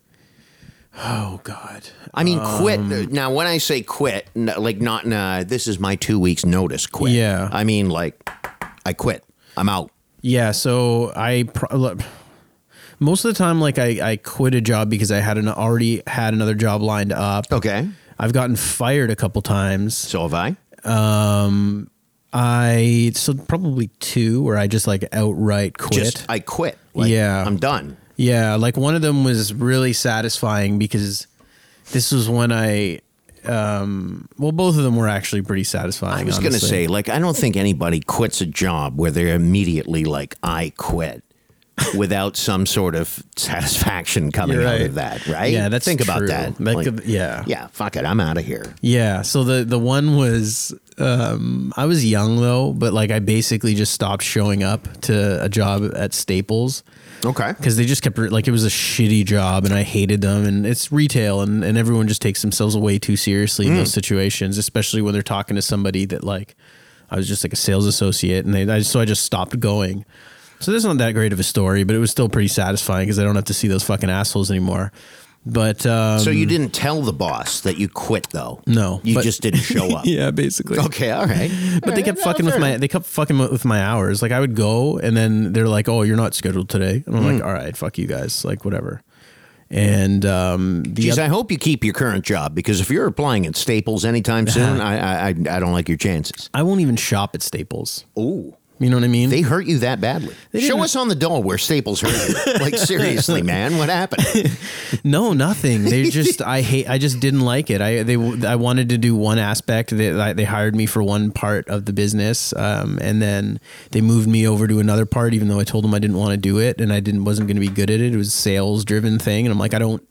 [SPEAKER 1] Oh god.
[SPEAKER 2] I mean, quit.
[SPEAKER 1] Um,
[SPEAKER 2] Now, when I say quit, n- like not in a, this is my two weeks notice quit.
[SPEAKER 1] Yeah.
[SPEAKER 2] I mean, like, I quit. I'm out.
[SPEAKER 1] Yeah. So I pro- look, most of the time, like I, I quit a job because I had an already had another job lined up.
[SPEAKER 2] Okay.
[SPEAKER 1] I've gotten fired a couple times.
[SPEAKER 2] So have I.
[SPEAKER 1] I so probably two where I just like outright quit.
[SPEAKER 2] Just I quit. Like,
[SPEAKER 1] Yeah.
[SPEAKER 2] I'm done.
[SPEAKER 1] Yeah, like one of them was really satisfying because this was when I um well both of them were actually pretty satisfying.
[SPEAKER 2] I was going to
[SPEAKER 1] honestly.
[SPEAKER 2] say, like, I don't think anybody quits a job where they're immediately like, I quit without some sort of satisfaction coming
[SPEAKER 1] You're
[SPEAKER 2] out
[SPEAKER 1] right.
[SPEAKER 2] of that, right?
[SPEAKER 1] Yeah, that's
[SPEAKER 2] Think about
[SPEAKER 1] true.
[SPEAKER 2] that.
[SPEAKER 1] That
[SPEAKER 2] Like,
[SPEAKER 1] could- yeah.
[SPEAKER 2] Yeah, fuck it. I'm out of here.
[SPEAKER 1] Yeah. So the the one was um I was young though, but like I basically just stopped showing up to a job at Staples
[SPEAKER 2] Okay.
[SPEAKER 1] because they just kept like it was a shitty job and I hated them and it's retail and and everyone just takes themselves way too seriously in those situations, especially when they're talking to somebody that like I was just like a sales associate and they I, so I just stopped going. So this is not that great of a story, but it was still pretty satisfying because I don't have to see those fucking assholes anymore. But um,
[SPEAKER 2] So you didn't tell the boss that you quit, though.
[SPEAKER 1] No,
[SPEAKER 2] You
[SPEAKER 1] but-
[SPEAKER 2] just didn't show up.
[SPEAKER 1] yeah, basically.
[SPEAKER 2] Okay, all right.
[SPEAKER 1] But they kept fucking with my they kept fucking with my hours. Like I Mm. would go and then they're like, "Oh, you're not scheduled today." And I'm like, "All right, fuck you guys." Like whatever. And um, the
[SPEAKER 2] Geez,
[SPEAKER 1] other-
[SPEAKER 2] I hope you keep your current job because if you're applying at Staples anytime soon, I, I I don't like your chances.
[SPEAKER 1] I won't even shop at Staples.
[SPEAKER 2] Ooh.
[SPEAKER 1] You know what I mean?
[SPEAKER 2] They hurt you that badly. Show
[SPEAKER 1] didn't-
[SPEAKER 2] us on the doll where Staples hurt you. like seriously, man, what happened?
[SPEAKER 1] No, nothing. They just I hate. I just didn't like it. I they I wanted to do one aspect. They like, they hired me for one part of the business, um, and then they moved me over to another part. Even though I told them I didn't want to do it, and I didn't wasn't going to be good at it. It was a sales driven thing, and I'm like, I don't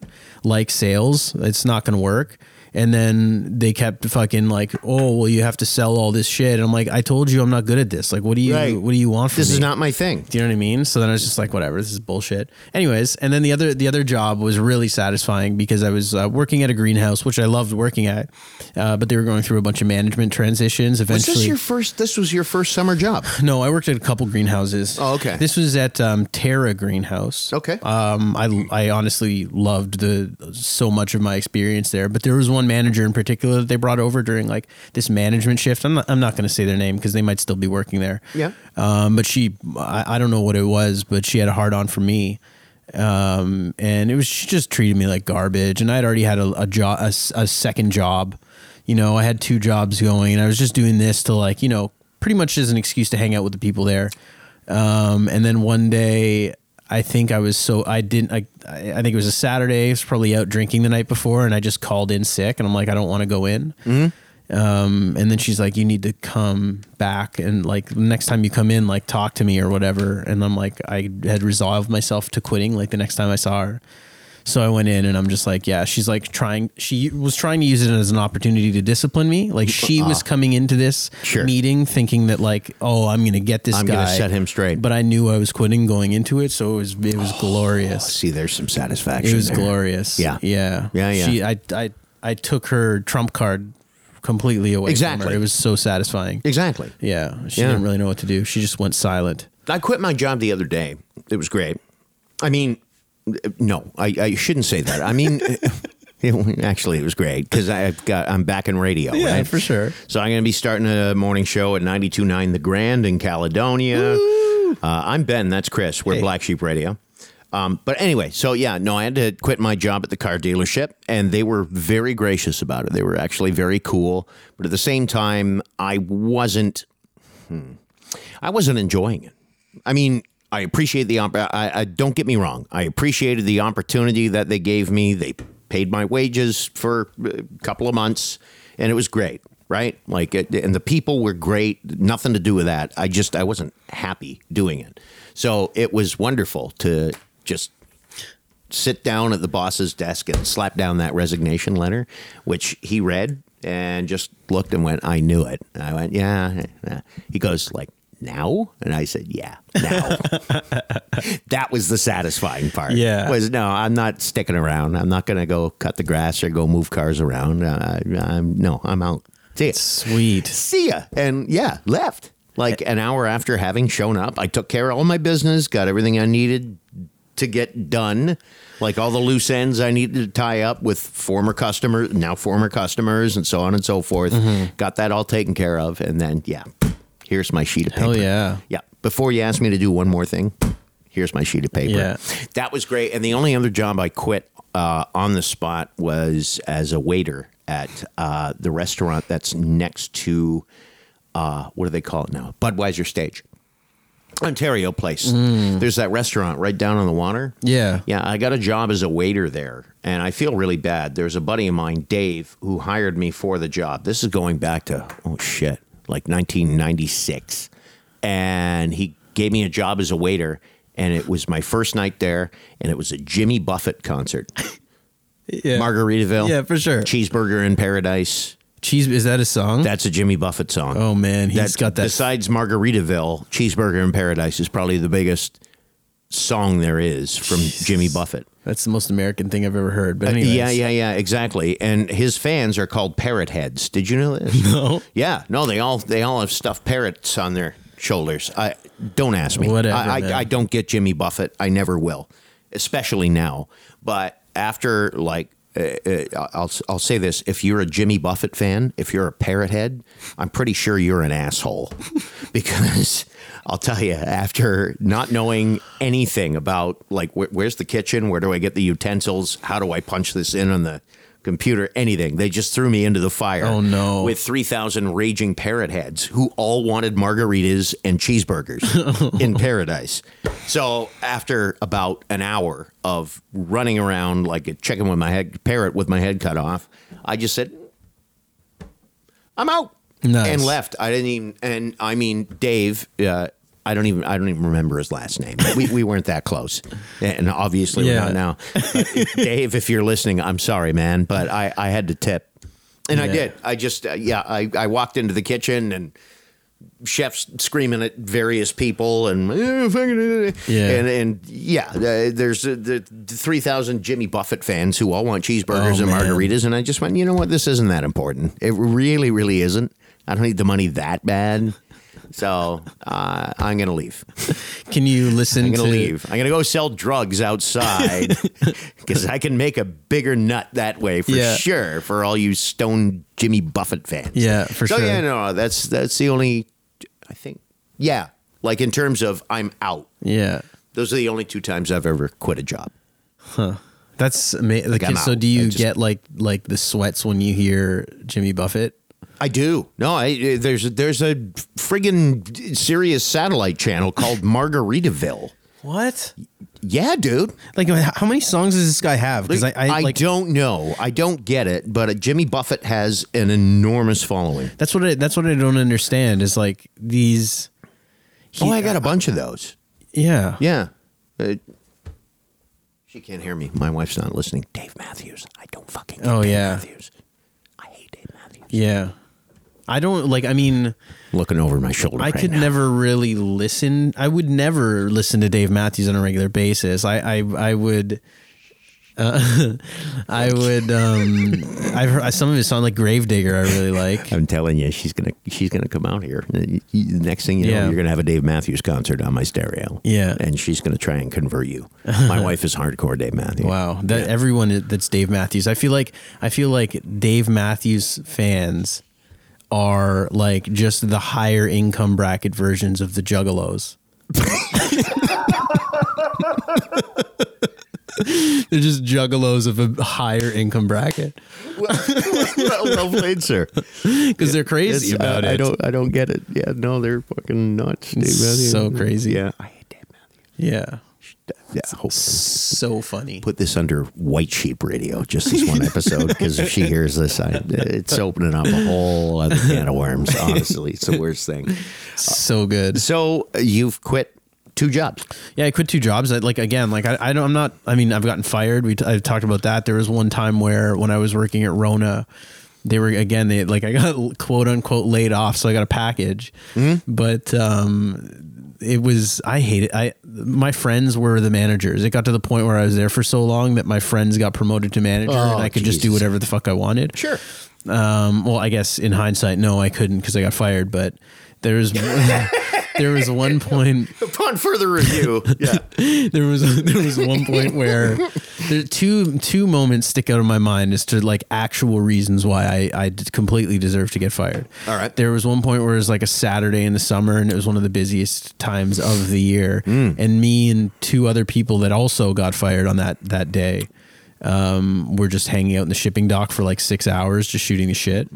[SPEAKER 1] like sales. It's not going to work. And then they kept fucking like, oh well, you have to sell all this shit. And I'm like, I told you I'm not good at this. Like, what do you
[SPEAKER 2] Right.
[SPEAKER 1] what do you want from
[SPEAKER 2] This
[SPEAKER 1] me?
[SPEAKER 2] is not my thing.
[SPEAKER 1] Do you know what I mean? So then I was just like, whatever, this is bullshit. Anyways, and then the other the other job was really satisfying because I was uh, working at a greenhouse, which I loved working at, uh, but they were going through a bunch of management transitions.
[SPEAKER 2] Was
[SPEAKER 1] Eventually,
[SPEAKER 2] this your first? This was your first summer job.
[SPEAKER 1] no, I worked at a couple greenhouses.
[SPEAKER 2] Oh, okay.
[SPEAKER 1] This was at um, Terra Greenhouse.
[SPEAKER 2] Okay.
[SPEAKER 1] Um, I I honestly loved the so much of my experience there, but there was one manager in particular that they brought over during like this management shift. I'm not I'm not going to say their name because they might still be working there.
[SPEAKER 2] Yeah.
[SPEAKER 1] Um, but she I, I don't know what it was, but she had a hard on for me. Um, and it was she just treated me like garbage, and I'd already had a, a job, a, s- a second job. You know, I had two jobs going, and I was just doing this to like you know pretty much as an excuse to hang out with the people there. Um, and then one day, I think I was so I didn't. I I I think it was a Saturday. I was probably out drinking the night before, and I just called in sick. And I'm like, I don't want to go in. Um, and then she's like, you need to come back and like next time you come in, like talk to me or whatever. And I'm like, I had resolved myself to quitting. Like the next time I saw her. So I went in and I'm just like, yeah, she's like trying, she was trying to use it as an opportunity to discipline me. Like she was coming into this
[SPEAKER 2] Uh-huh. Sure.
[SPEAKER 1] meeting thinking that like, oh, I'm going to get this
[SPEAKER 2] I'm
[SPEAKER 1] guy.
[SPEAKER 2] gonna set him straight. Oh,
[SPEAKER 1] But I knew I was quitting going into it. So it was, it was glorious.
[SPEAKER 2] See, there's some satisfaction.
[SPEAKER 1] It was
[SPEAKER 2] there.
[SPEAKER 1] glorious.
[SPEAKER 2] Yeah.
[SPEAKER 1] Yeah.
[SPEAKER 2] Yeah, yeah.
[SPEAKER 1] She, I, I, I took her trump card completely away. from her.
[SPEAKER 2] Exactly.
[SPEAKER 1] It was so satisfying.
[SPEAKER 2] Exactly.
[SPEAKER 1] Yeah, she
[SPEAKER 2] Yeah.
[SPEAKER 1] didn't really know what to do. She just went silent.
[SPEAKER 2] I quit my job the other day. It was great. I mean, no, I, I shouldn't say that. I mean, it, actually, it was great because I've got I'm back in radio. right?
[SPEAKER 1] sure.
[SPEAKER 2] So I'm going to be starting a morning show at 92.9 The Grand in Caledonia. Uh, I'm Ben. That's Chris. We're Black Sheep Radio. Um, but anyway, so yeah, no, I had to quit my job at the car dealership, and they were very gracious about it. They were actually very cool, but at the same time, I wasn't. I wasn't enjoying it. I mean, I appreciate the opp- I, I don't get me wrong. I appreciated the opportunity that they gave me. They paid my wages for a couple of months, and it was great, right? Like, it, and the people were great. Nothing to do with that. I just I wasn't happy doing it. So it was wonderful to just sit down at the boss's desk and slap down that resignation letter, which he read and just looked and went, I knew it. And I went, yeah. yeah." He goes, like, now? And I said, yeah, now. that was the satisfying part.
[SPEAKER 1] Yeah.
[SPEAKER 2] Was no, I'm not sticking around. I'm not going to go cut the grass or go move cars around. Uh, I'm, no, I'm out. See ya
[SPEAKER 1] Sweet.
[SPEAKER 2] see ya and yeah left like an hour after having shown up i took care of all my business got everything i needed to get done like all the loose ends i needed to tie up with former customers now former customers and so on and so forth
[SPEAKER 1] Mm-hmm.
[SPEAKER 2] got that all taken care of and then yeah here's my sheet of paper
[SPEAKER 1] Hell yeah.
[SPEAKER 2] yeah before you ask me to do one more thing here's my sheet of paper
[SPEAKER 1] Yeah.
[SPEAKER 2] that was great and the only other job i quit uh, on the spot was as a waiter at uh, the restaurant that's next to uh, what do they call it now? Budweiser Stage, Ontario Place. There's that restaurant right down on the water.
[SPEAKER 1] Mm. Yeah.
[SPEAKER 2] Yeah, I got a job as a waiter there, and I feel really bad. There's a buddy of mine, Dave, who hired me for the job. This is going back to, oh shit, like 1996. And he gave me a job as a waiter, and it was my first night there, and it was a Jimmy Buffett concert.
[SPEAKER 1] Yeah.
[SPEAKER 2] Margaritaville.
[SPEAKER 1] Yeah, for sure.
[SPEAKER 2] Cheeseburger in Paradise.
[SPEAKER 1] Cheese is that a song?
[SPEAKER 2] That's a Jimmy Buffett song.
[SPEAKER 1] oh man, he's
[SPEAKER 2] That's
[SPEAKER 1] got that.
[SPEAKER 2] Besides Margaritaville, Cheeseburger in Paradise is probably the biggest song there is from Jimmy Buffett.
[SPEAKER 1] that's the most American thing I've ever heard. But anyways,
[SPEAKER 2] Uh, Yeah, yeah, yeah, exactly. And his fans are called parrot heads. Did you know this?
[SPEAKER 1] No.
[SPEAKER 2] Yeah, no, they all they all have stuffed parrots on their shoulders. I don't ask me.
[SPEAKER 1] Whatever,
[SPEAKER 2] I,
[SPEAKER 1] man.
[SPEAKER 2] I, I don't get Jimmy Buffett. I never will, especially now. But after like uh, I'll I'll say this: if you're a Jimmy Buffett fan, if you're a parrot head, I'm pretty sure you're an asshole, because I'll tell you, after not knowing anything about like where, where's the kitchen, where do I get the utensils, how do I punch this in on the computer, anything, they just threw me into the fire.
[SPEAKER 1] Oh, no.
[SPEAKER 2] With three thousand raging parrot heads who all wanted margaritas and cheeseburgers in paradise. So after about an hour of running around like a chicken with my head parrot with my head cut off, I just said, "I'm out."
[SPEAKER 1] Nice.
[SPEAKER 2] And left. I didn't even. And I mean, Dave. Uh, I don't even. I don't even remember his last name. We, we weren't that close, and obviously
[SPEAKER 1] Yeah.
[SPEAKER 2] we're not now. But Dave, if you're listening, I'm sorry, man, but I I had to tip, and I
[SPEAKER 1] Yeah.
[SPEAKER 2] did. I just uh, yeah. I I walked into the kitchen and chefs screaming at various people and "Eh, fucking, eh, eh."
[SPEAKER 1] Yeah.
[SPEAKER 2] and and yeah uh, there's uh, the 3000 Jimmy Buffett fans who all want cheeseburgers
[SPEAKER 1] Oh,
[SPEAKER 2] and
[SPEAKER 1] man.
[SPEAKER 2] margaritas and I just went you know what this isn't that important it really really isn't I don't need the money that bad so uh, I'm gonna leave
[SPEAKER 1] Can you listen
[SPEAKER 2] I'm gonna
[SPEAKER 1] to
[SPEAKER 2] leave. I'm gonna go sell drugs outside because I can make a bigger nut that way for
[SPEAKER 1] Yeah.
[SPEAKER 2] sure. For all you stone Jimmy Buffett fans,
[SPEAKER 1] Yeah, for
[SPEAKER 2] so,
[SPEAKER 1] sure.
[SPEAKER 2] yeah, no, that's that's the only. I think, yeah, like in terms of I'm out.
[SPEAKER 1] Yeah.
[SPEAKER 2] Those are the only two times I've ever quit a job.
[SPEAKER 1] That's amazing. Like,
[SPEAKER 2] I'm
[SPEAKER 1] so
[SPEAKER 2] out.
[SPEAKER 1] do
[SPEAKER 2] I
[SPEAKER 1] you
[SPEAKER 2] just-
[SPEAKER 1] get like like the sweats when you hear Jimmy Buffett?
[SPEAKER 2] I do. No, I there's there's a friggin' serious satellite channel called Margaritaville.
[SPEAKER 1] What?
[SPEAKER 2] Yeah, dude.
[SPEAKER 1] Like how many songs does this guy have? Because I, I, like
[SPEAKER 2] don't know. I don't get it, but uh, Jimmy Buffett has an enormous following.
[SPEAKER 1] that's what I, that's what I don't understand is like these. He,
[SPEAKER 2] oh, I got a bunch of those.
[SPEAKER 1] yeah.
[SPEAKER 2] Yeah. Uh, she can't hear me. My wife's not listening. Dave Matthews. I don't fucking get
[SPEAKER 1] Oh,
[SPEAKER 2] Dave
[SPEAKER 1] yeah.
[SPEAKER 2] Matthews. I hate Dave Matthews.
[SPEAKER 1] Yeah. I don't like. I mean,
[SPEAKER 2] Looking over my shoulder.
[SPEAKER 1] I
[SPEAKER 2] right
[SPEAKER 1] could
[SPEAKER 2] now.
[SPEAKER 1] never really listen. I would never listen to Dave Matthews on a regular basis. I I, I would. Uh, I would. Um, I've heard some of his songs like Gravedigger. I really like.
[SPEAKER 2] I'm telling you, she's gonna she's gonna come out here. The next thing you know,
[SPEAKER 1] Yeah.
[SPEAKER 2] you're gonna have a Dave Matthews concert on my stereo.
[SPEAKER 1] Yeah.
[SPEAKER 2] and she's gonna try and convert you. My wife is hardcore Dave Matthews.
[SPEAKER 1] Wow, that everyone is- that's Dave Matthews. I feel like I feel like Dave Matthews fans are like just the higher income bracket versions of the Juggalos. They're just Juggalos of a higher income bracket
[SPEAKER 2] well, well played, sir.
[SPEAKER 1] because they're crazy
[SPEAKER 2] It's- uh,
[SPEAKER 1] about
[SPEAKER 2] I,
[SPEAKER 1] it.
[SPEAKER 2] I don't. I don't get it. Yeah, no, they're fucking nuts. Dave
[SPEAKER 1] It's
[SPEAKER 2] Matthews.
[SPEAKER 1] so crazy.
[SPEAKER 2] Yeah, I hate Dave Matthews.
[SPEAKER 1] Yeah,
[SPEAKER 2] Yeah, hopefully.
[SPEAKER 1] so funny.
[SPEAKER 2] put this under white sheep radio just this one episode because if she hears this I, it's opening up a whole other can of worms honestly it's the worst thing
[SPEAKER 1] So good.
[SPEAKER 2] so uh, you've quit two jobs
[SPEAKER 1] Yeah, I quit two jobs. I, like again, like I, I don't, I'm not. I mean, I've gotten fired. We t- I've talked about that. There was one time where when I was working at Rona, they were again. They like I got quote unquote laid off, so I got a package.
[SPEAKER 2] Mm-hmm.
[SPEAKER 1] But um, it was I hate it. I my friends were the managers. It got to the point where I was there for so long that my friends got promoted to manager,
[SPEAKER 2] Oh,
[SPEAKER 1] and I could just do
[SPEAKER 2] Jesus.
[SPEAKER 1] whatever the fuck I wanted.
[SPEAKER 2] sure
[SPEAKER 1] Um, well, I guess in hindsight, no, I couldn't because I got fired. But there was there was one point
[SPEAKER 2] upon further review yeah
[SPEAKER 1] there was there was one point where there two two moments stick out in my mind as to like actual reasons why I I d- completely deserve to get fired.
[SPEAKER 2] All right.
[SPEAKER 1] There was one point where it was like a Saturday in the summer and it was one of the busiest times of the year
[SPEAKER 2] Mm.
[SPEAKER 1] and me and two other people that also got fired on that that day um were just hanging out in the shipping dock for like 6 hours just shooting the shit.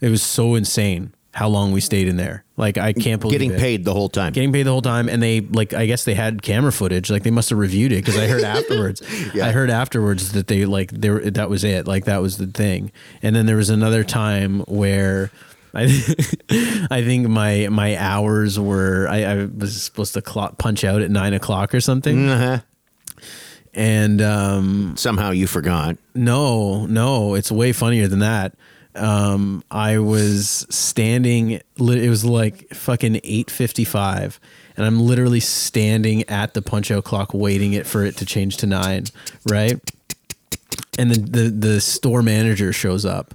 [SPEAKER 1] It was so insane how long we stayed in there. Like I can't believe
[SPEAKER 2] getting
[SPEAKER 1] it
[SPEAKER 2] paid the whole time
[SPEAKER 1] getting paid the whole time and they like i guess they had camera footage like they must have reviewed it because i heard afterwards i heard afterwards that they like they were, that was it like that was the thing and then there was another time where I, I think my my hours were I, I was supposed to clock punch out at nine o'clock or something and um
[SPEAKER 2] somehow you forgot
[SPEAKER 1] no, no, it's way funnier than that. Um, I was standing. li- It was like fucking eight fifty-five, and I'm literally standing at the punch out clock, waiting it for it to change to nine, right? And the the, the store manager shows up,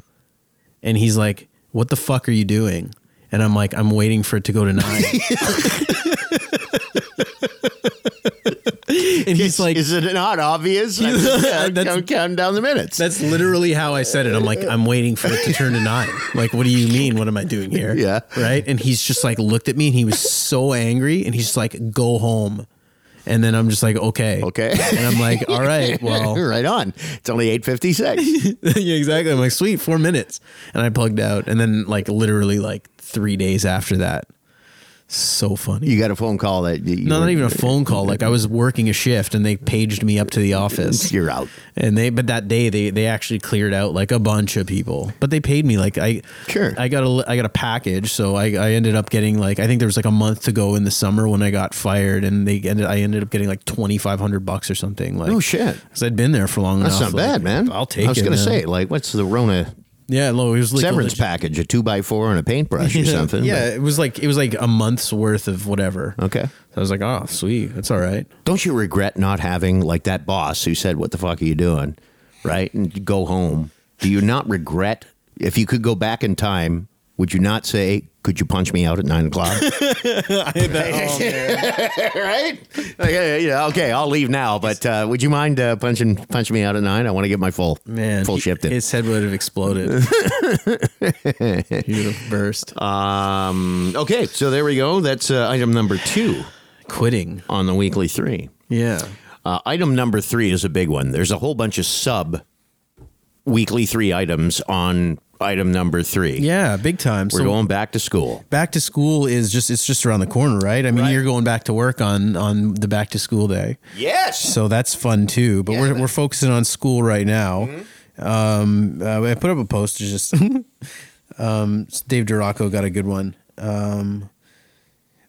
[SPEAKER 1] and he's like, "What the fuck are you doing?" And I'm like, "I'm waiting for it to go to nine. and he's like,
[SPEAKER 2] is it not obvious? I just, yeah,
[SPEAKER 1] That's-
[SPEAKER 2] I'm counting down the minutes.
[SPEAKER 1] that's literally how I said it. I'm like, I'm waiting for it to turn to nine. Like, what do you mean? What am I doing here?
[SPEAKER 2] Yeah.
[SPEAKER 1] Right. And he's just like looked at me and he was so angry and he's just like, go home. And then I'm just like, okay.
[SPEAKER 2] Okay.
[SPEAKER 1] And I'm like, all right, well,
[SPEAKER 2] right on. It's only eight fifty six.
[SPEAKER 1] yeah, exactly. I'm like, sweet, four minutes. And I plugged out. And then, like, literally, like, three days after that. So funny.
[SPEAKER 2] You got a phone call that you,
[SPEAKER 1] no, not even a phone call. Like, I was working a shift and they paged me up to the office.
[SPEAKER 2] You're out.
[SPEAKER 1] And they, but that day they they actually cleared out like a bunch of people, but they paid me like I
[SPEAKER 2] Sure.
[SPEAKER 1] I got a I got a package, so I, I ended up getting like I think there was like a month to go in the summer when I got fired, and they ended I ended up getting like twenty five hundred bucks or something like
[SPEAKER 2] Oh, shit.
[SPEAKER 1] because I'd been there for long
[SPEAKER 2] That's
[SPEAKER 1] enough.
[SPEAKER 2] not
[SPEAKER 1] like,
[SPEAKER 2] bad, man.
[SPEAKER 1] I'll take.
[SPEAKER 2] I was
[SPEAKER 1] it,
[SPEAKER 2] gonna
[SPEAKER 1] man.
[SPEAKER 2] say, like, what's the Rona
[SPEAKER 1] yeah, low. It was like
[SPEAKER 2] severance
[SPEAKER 1] package.
[SPEAKER 2] package? A two by four and a paintbrush or something.
[SPEAKER 1] Yeah, it was like it was like a month's worth of whatever.
[SPEAKER 2] but- okay.
[SPEAKER 1] So I was like, oh, sweet, that's all right.
[SPEAKER 2] Don't you regret not having like that boss who said, "What the fuck are you doing?" Right, and go home. Do you not regret if you could go back in time? Would you not say, "Could you punch me out at nine o'clock?" right? Like, yeah, yeah, okay, I'll leave now. But uh, would you mind uh, punching punching me out at nine? I want to get my full
[SPEAKER 1] Man,
[SPEAKER 2] full
[SPEAKER 1] he-
[SPEAKER 2] shift in.
[SPEAKER 1] His head would have exploded. he would have burst.
[SPEAKER 2] Uh, Um, okay, so there we go. That's uh, item number two
[SPEAKER 1] Quitting.
[SPEAKER 2] on the weekly three.
[SPEAKER 1] Yeah.
[SPEAKER 2] Uh, item number three is a big one. There's a whole bunch of sub weekly three items on item number three.
[SPEAKER 1] Yeah, big time.
[SPEAKER 2] We're
[SPEAKER 1] so
[SPEAKER 2] going back to school.
[SPEAKER 1] back to school is just it's just around the corner, right? I mean, you're going back to work on on the back to school day.
[SPEAKER 2] Yes.
[SPEAKER 1] So that's fun too. But we're, we're focusing on school right now.
[SPEAKER 2] Mm-hmm.
[SPEAKER 1] Um, uh, I put up a post to just um, Dave Duraco got a good one. Um,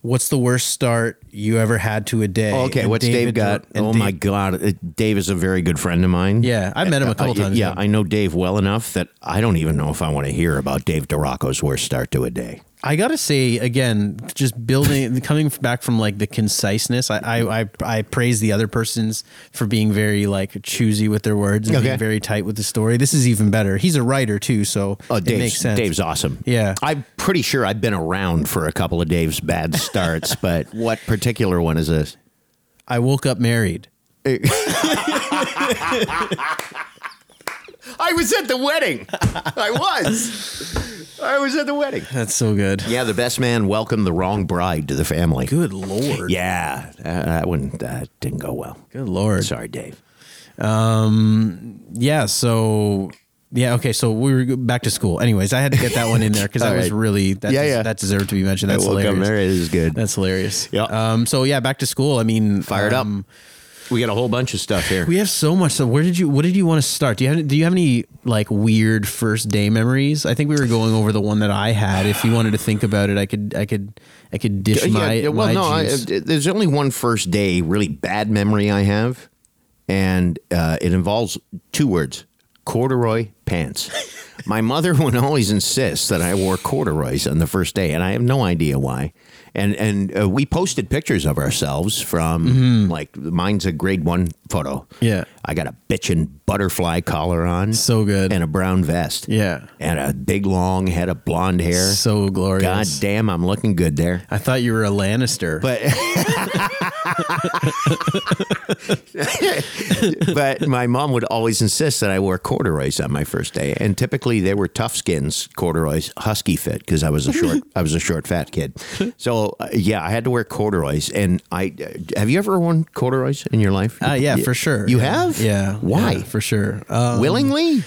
[SPEAKER 1] what's the worst start you ever had to a day?
[SPEAKER 2] okay,
[SPEAKER 1] And
[SPEAKER 2] what's Dave
[SPEAKER 1] David
[SPEAKER 2] got?
[SPEAKER 1] Dur- and
[SPEAKER 2] oh
[SPEAKER 1] Dave-
[SPEAKER 2] my God, Uh, Dave is a very good friend of mine.
[SPEAKER 1] Yeah, I've met him a couple
[SPEAKER 2] Uh,
[SPEAKER 1] times.
[SPEAKER 2] yeah,
[SPEAKER 1] now.
[SPEAKER 2] I know Dave well enough that I don't even know if I want to hear about Dave DiRocco's worst start to a day.
[SPEAKER 1] I gotta say again, just building, coming back from like the conciseness. I, I, I, I praise the other persons for being very like choosy with their words and
[SPEAKER 2] Okay.
[SPEAKER 1] being very tight with the story. This is even better. He's a writer too, so
[SPEAKER 2] Oh,
[SPEAKER 1] it
[SPEAKER 2] Dave's,
[SPEAKER 1] makes sense.
[SPEAKER 2] Dave's awesome.
[SPEAKER 1] Yeah.
[SPEAKER 2] I'm pretty sure I've been around for a couple of Dave's bad starts, but what particular one is this?
[SPEAKER 1] I woke up married.
[SPEAKER 2] I was at the wedding. I was. I was at the wedding.
[SPEAKER 1] That's so good.
[SPEAKER 2] Yeah, the best man welcomed the wrong bride to the family.
[SPEAKER 1] Good lord.
[SPEAKER 2] Yeah, uh, that one uh, didn't go well.
[SPEAKER 1] Good lord.
[SPEAKER 2] Sorry, Dave.
[SPEAKER 1] Yeah. So. Yeah. Okay. So we were back to school. Anyways, I had to get that one in there because that was
[SPEAKER 2] All right.
[SPEAKER 1] really that.
[SPEAKER 2] Yeah,
[SPEAKER 1] des-
[SPEAKER 2] yeah.
[SPEAKER 1] That deserved to be mentioned. That's hilarious.
[SPEAKER 2] is good.
[SPEAKER 1] That's hilarious.
[SPEAKER 2] Yeah.
[SPEAKER 1] Um. So yeah, back to school. I mean,
[SPEAKER 2] Fired
[SPEAKER 1] um,
[SPEAKER 2] up. We got a whole bunch of stuff here.
[SPEAKER 1] We have so much. So where did you? What did you want to start? Do you have? Do you have any like weird first day memories? I think we were going over the one that I had. If you wanted to think about it, I could. I could. I could dish my.
[SPEAKER 2] Uh, yeah, well,
[SPEAKER 1] my
[SPEAKER 2] no, I,
[SPEAKER 1] juice.
[SPEAKER 2] uh, there's only one first day really bad memory I have, and uh, it involves two words: corduroy pants. My mother would always insist that I wore corduroys on the first day, and I have no idea why. And and uh, we posted pictures of ourselves from like mine's a grade one photo.
[SPEAKER 1] Mm-hmm. Yeah.
[SPEAKER 2] I got a bitchin' butterfly collar on,
[SPEAKER 1] so good.
[SPEAKER 2] and a brown vest,
[SPEAKER 1] yeah.
[SPEAKER 2] and a big long head of blonde hair.
[SPEAKER 1] So glorious.
[SPEAKER 2] God damn, I'm looking good there.
[SPEAKER 1] I thought you were a Lannister.
[SPEAKER 2] But but my mom would always insist that I wore corduroys on my first day, and typically they were tough skins corduroys, husky fit, because I was a short I was a short fat kid. So uh, yeah, I had to wear corduroys. And I uh, have you ever worn corduroys in your life?
[SPEAKER 1] uh, yeah, for sure.
[SPEAKER 2] You
[SPEAKER 1] Yeah.
[SPEAKER 2] have?
[SPEAKER 1] Yeah.
[SPEAKER 2] Why?
[SPEAKER 1] Yeah, for sure. Um,
[SPEAKER 2] Willingly?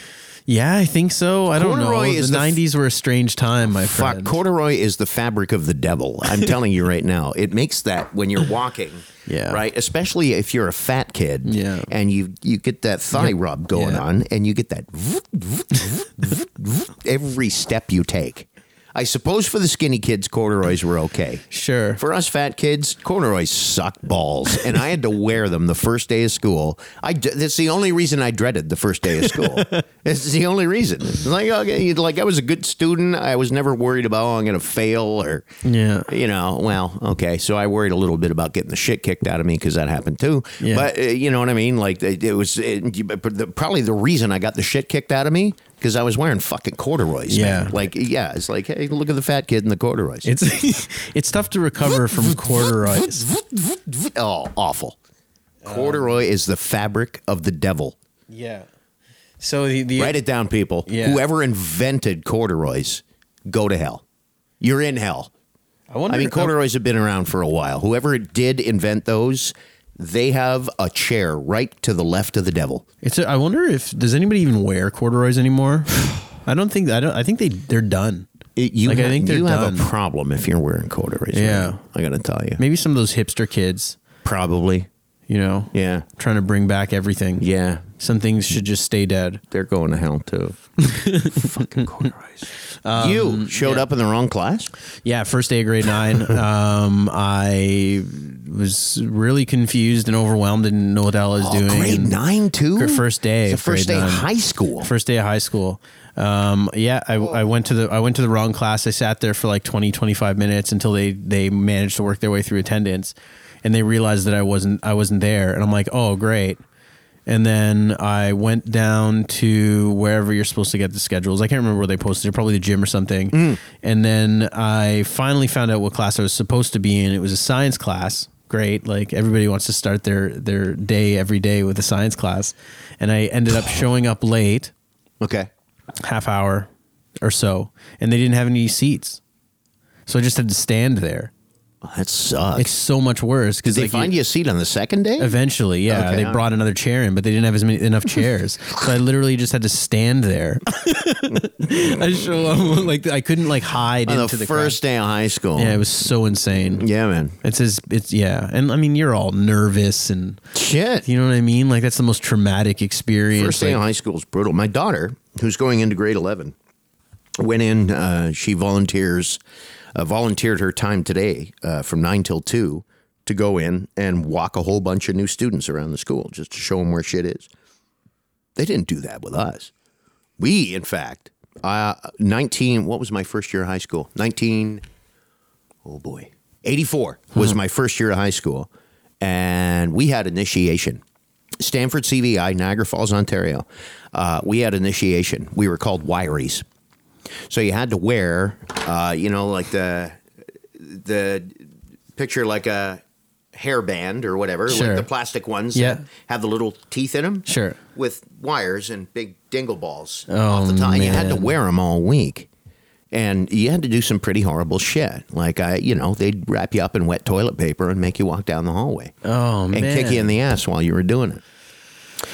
[SPEAKER 1] Yeah, I think so. I don't know.
[SPEAKER 2] Corduroy
[SPEAKER 1] The
[SPEAKER 2] is the f-
[SPEAKER 1] '90s were a strange time, my
[SPEAKER 2] Fuck,
[SPEAKER 1] friend.
[SPEAKER 2] corduroy is the fabric of the devil. I'm telling you right now. It makes that when you're walking.
[SPEAKER 1] Yeah.
[SPEAKER 2] Right. Especially if you're a fat kid.
[SPEAKER 1] Yeah.
[SPEAKER 2] And you you get that thigh rub going
[SPEAKER 1] Yeah.
[SPEAKER 2] on, and you get that every step you take. I suppose for the skinny kids, corduroys were okay.
[SPEAKER 1] Sure.
[SPEAKER 2] For us fat kids, corduroys suck balls, and I had to wear them the first day of school. I d- that's the only reason I dreaded the first day of school. it's the only reason. It's Like okay, you'd- like I was a good student. I was never worried about oh, I'm going to fail or
[SPEAKER 1] Yeah.
[SPEAKER 2] you know. Well, okay, so I worried a little bit about getting the shit kicked out of me because that happened too.
[SPEAKER 1] Yeah.
[SPEAKER 2] But uh, you know what I mean? Like it, it was it, you- but the, probably the reason I got the shit kicked out of me. Because I was wearing fucking corduroys. man.
[SPEAKER 1] Yeah.
[SPEAKER 2] Like, yeah, it's like, hey, look at the fat kid in the corduroys.
[SPEAKER 1] It's it's tough to recover from corduroys.
[SPEAKER 2] Oh, awful. Corduroy is the fabric of the devil.
[SPEAKER 1] Yeah. So the, the
[SPEAKER 2] Write it down, people.
[SPEAKER 1] Yeah.
[SPEAKER 2] Whoever invented corduroys, go to hell. You're in hell.
[SPEAKER 1] I wonder.
[SPEAKER 2] I mean, corduroys have been around for a while. Whoever did invent those, they have a chair right to the left of the devil.
[SPEAKER 1] It's. A, I wonder if does anybody even wear corduroys anymore. I don't think. I don't. I think they they're done.
[SPEAKER 2] It- you
[SPEAKER 1] Like, I
[SPEAKER 2] ha-
[SPEAKER 1] think they're
[SPEAKER 2] you have a
[SPEAKER 1] done.
[SPEAKER 2] problem if you're wearing corduroys. right
[SPEAKER 1] Yeah.
[SPEAKER 2] now, I gotta tell you,
[SPEAKER 1] Maybe some of those hipster kids.
[SPEAKER 2] probably.
[SPEAKER 1] You know.
[SPEAKER 2] Yeah,
[SPEAKER 1] Trying to bring back everything.
[SPEAKER 2] yeah,
[SPEAKER 1] Some things should just stay dead.
[SPEAKER 2] they're going to hell too. Fucking corduroys. you showed up in the wrong class.
[SPEAKER 1] Yeah, first day of grade nine. um, I was really confused and overwhelmed and didn't know what the hell I was doing.
[SPEAKER 2] Oh, grade nine too.
[SPEAKER 1] Gr- first day
[SPEAKER 2] It's the
[SPEAKER 1] of
[SPEAKER 2] first
[SPEAKER 1] grade
[SPEAKER 2] day of
[SPEAKER 1] nine.
[SPEAKER 2] high school.
[SPEAKER 1] First day of high school. Um, yeah, I, I went to the I went to the wrong class. I sat there for like 20, 25 minutes until they they managed to work their way through attendance, and they realized that I wasn't I wasn't there. And I'm like, oh great. And then I went down to wherever you're supposed to get the schedules. I can't remember where they posted it, probably the gym or something.
[SPEAKER 2] Mm.
[SPEAKER 1] And then I finally found out what class I was supposed to be in. It was a science class. Great. Like everybody wants to start their their day every day with a science class. And I ended up showing up late,
[SPEAKER 2] okay.
[SPEAKER 1] half hour or so, and they didn't have any seats. So I just had to stand there.
[SPEAKER 2] That sucks.
[SPEAKER 1] It's so much worse because
[SPEAKER 2] Did they find you a seat on the second day?
[SPEAKER 1] Eventually, yeah,
[SPEAKER 2] Okay,
[SPEAKER 1] they
[SPEAKER 2] all
[SPEAKER 1] brought another chair in, but they didn't have as many enough chairs, so I literally just had to stand there. I show up like I couldn't like hide
[SPEAKER 2] on
[SPEAKER 1] into the
[SPEAKER 2] the first day of high school.
[SPEAKER 1] crowd. Yeah, it was so insane.
[SPEAKER 2] Yeah, man.
[SPEAKER 1] It's as it's yeah, and I mean you're all nervous and
[SPEAKER 2] Shit.
[SPEAKER 1] you know what I mean. Like that's the most traumatic experience.
[SPEAKER 2] First day
[SPEAKER 1] like-
[SPEAKER 2] of high school is brutal. My daughter, who's going into grade 11, went in. Uh, she volunteers, uh, volunteered her time today uh, from 9 till 2 to go in and walk a whole bunch of new students around the school just to show them where shit is. They didn't do that with us. We, in fact, uh, 19, what was my first year of high school? 19, oh boy, 84 was
[SPEAKER 1] Hmm.
[SPEAKER 2] my first year of high school. And we had initiation. Stanford CVI, Niagara Falls, Ontario. Uh, we had initiation. We were called wiries. So you had to wear, uh, you know, like the the picture like a hairband or whatever,
[SPEAKER 1] Sure.
[SPEAKER 2] like the plastic ones
[SPEAKER 1] Yeah.
[SPEAKER 2] that have the little teeth in them
[SPEAKER 1] Sure.
[SPEAKER 2] with wires and big dingle balls
[SPEAKER 1] Oh,
[SPEAKER 2] off the top. You had to
[SPEAKER 1] man.
[SPEAKER 2] wear them all week. And you had to do some pretty horrible shit. Like I, you know, they'd wrap you up in wet toilet paper and make you walk down the hallway
[SPEAKER 1] Oh
[SPEAKER 2] and
[SPEAKER 1] man,
[SPEAKER 2] kick you in the ass while you were doing it.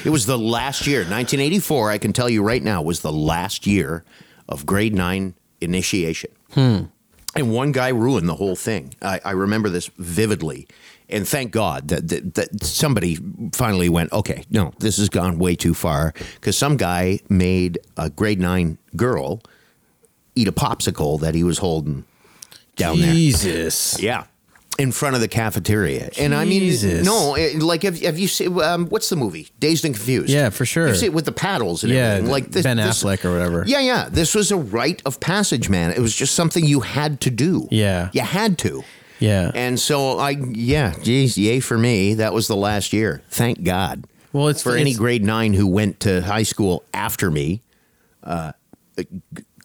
[SPEAKER 2] It was the last year, 1984. I can tell you right now was the last year of grade nine initiation. And one guy ruined the whole thing. I, I remember this vividly. And thank God that, that, that somebody finally went, okay, no, this has gone way too far. Because some guy made a grade nine girl eat a popsicle that he was holding down there.
[SPEAKER 1] Jesus.
[SPEAKER 2] Yeah. In front of the cafeteria. And I mean,
[SPEAKER 1] Jesus.
[SPEAKER 2] no, it- like, have, have you seen, um, what's the movie? Dazed and Confused.
[SPEAKER 1] Yeah, for sure.
[SPEAKER 2] You see it with the paddles and
[SPEAKER 1] Yeah,
[SPEAKER 2] everything. Like
[SPEAKER 1] Ben Affleck or whatever.
[SPEAKER 2] Yeah, yeah. This was a rite of passage, man. It was just something you had to do.
[SPEAKER 1] Yeah.
[SPEAKER 2] You had to.
[SPEAKER 1] Yeah.
[SPEAKER 2] And so I, yeah, geez, yay for me. That was the last year. Thank God.
[SPEAKER 1] well, it's
[SPEAKER 2] For any
[SPEAKER 1] it's-
[SPEAKER 2] grade nine who went to high school after me, uh,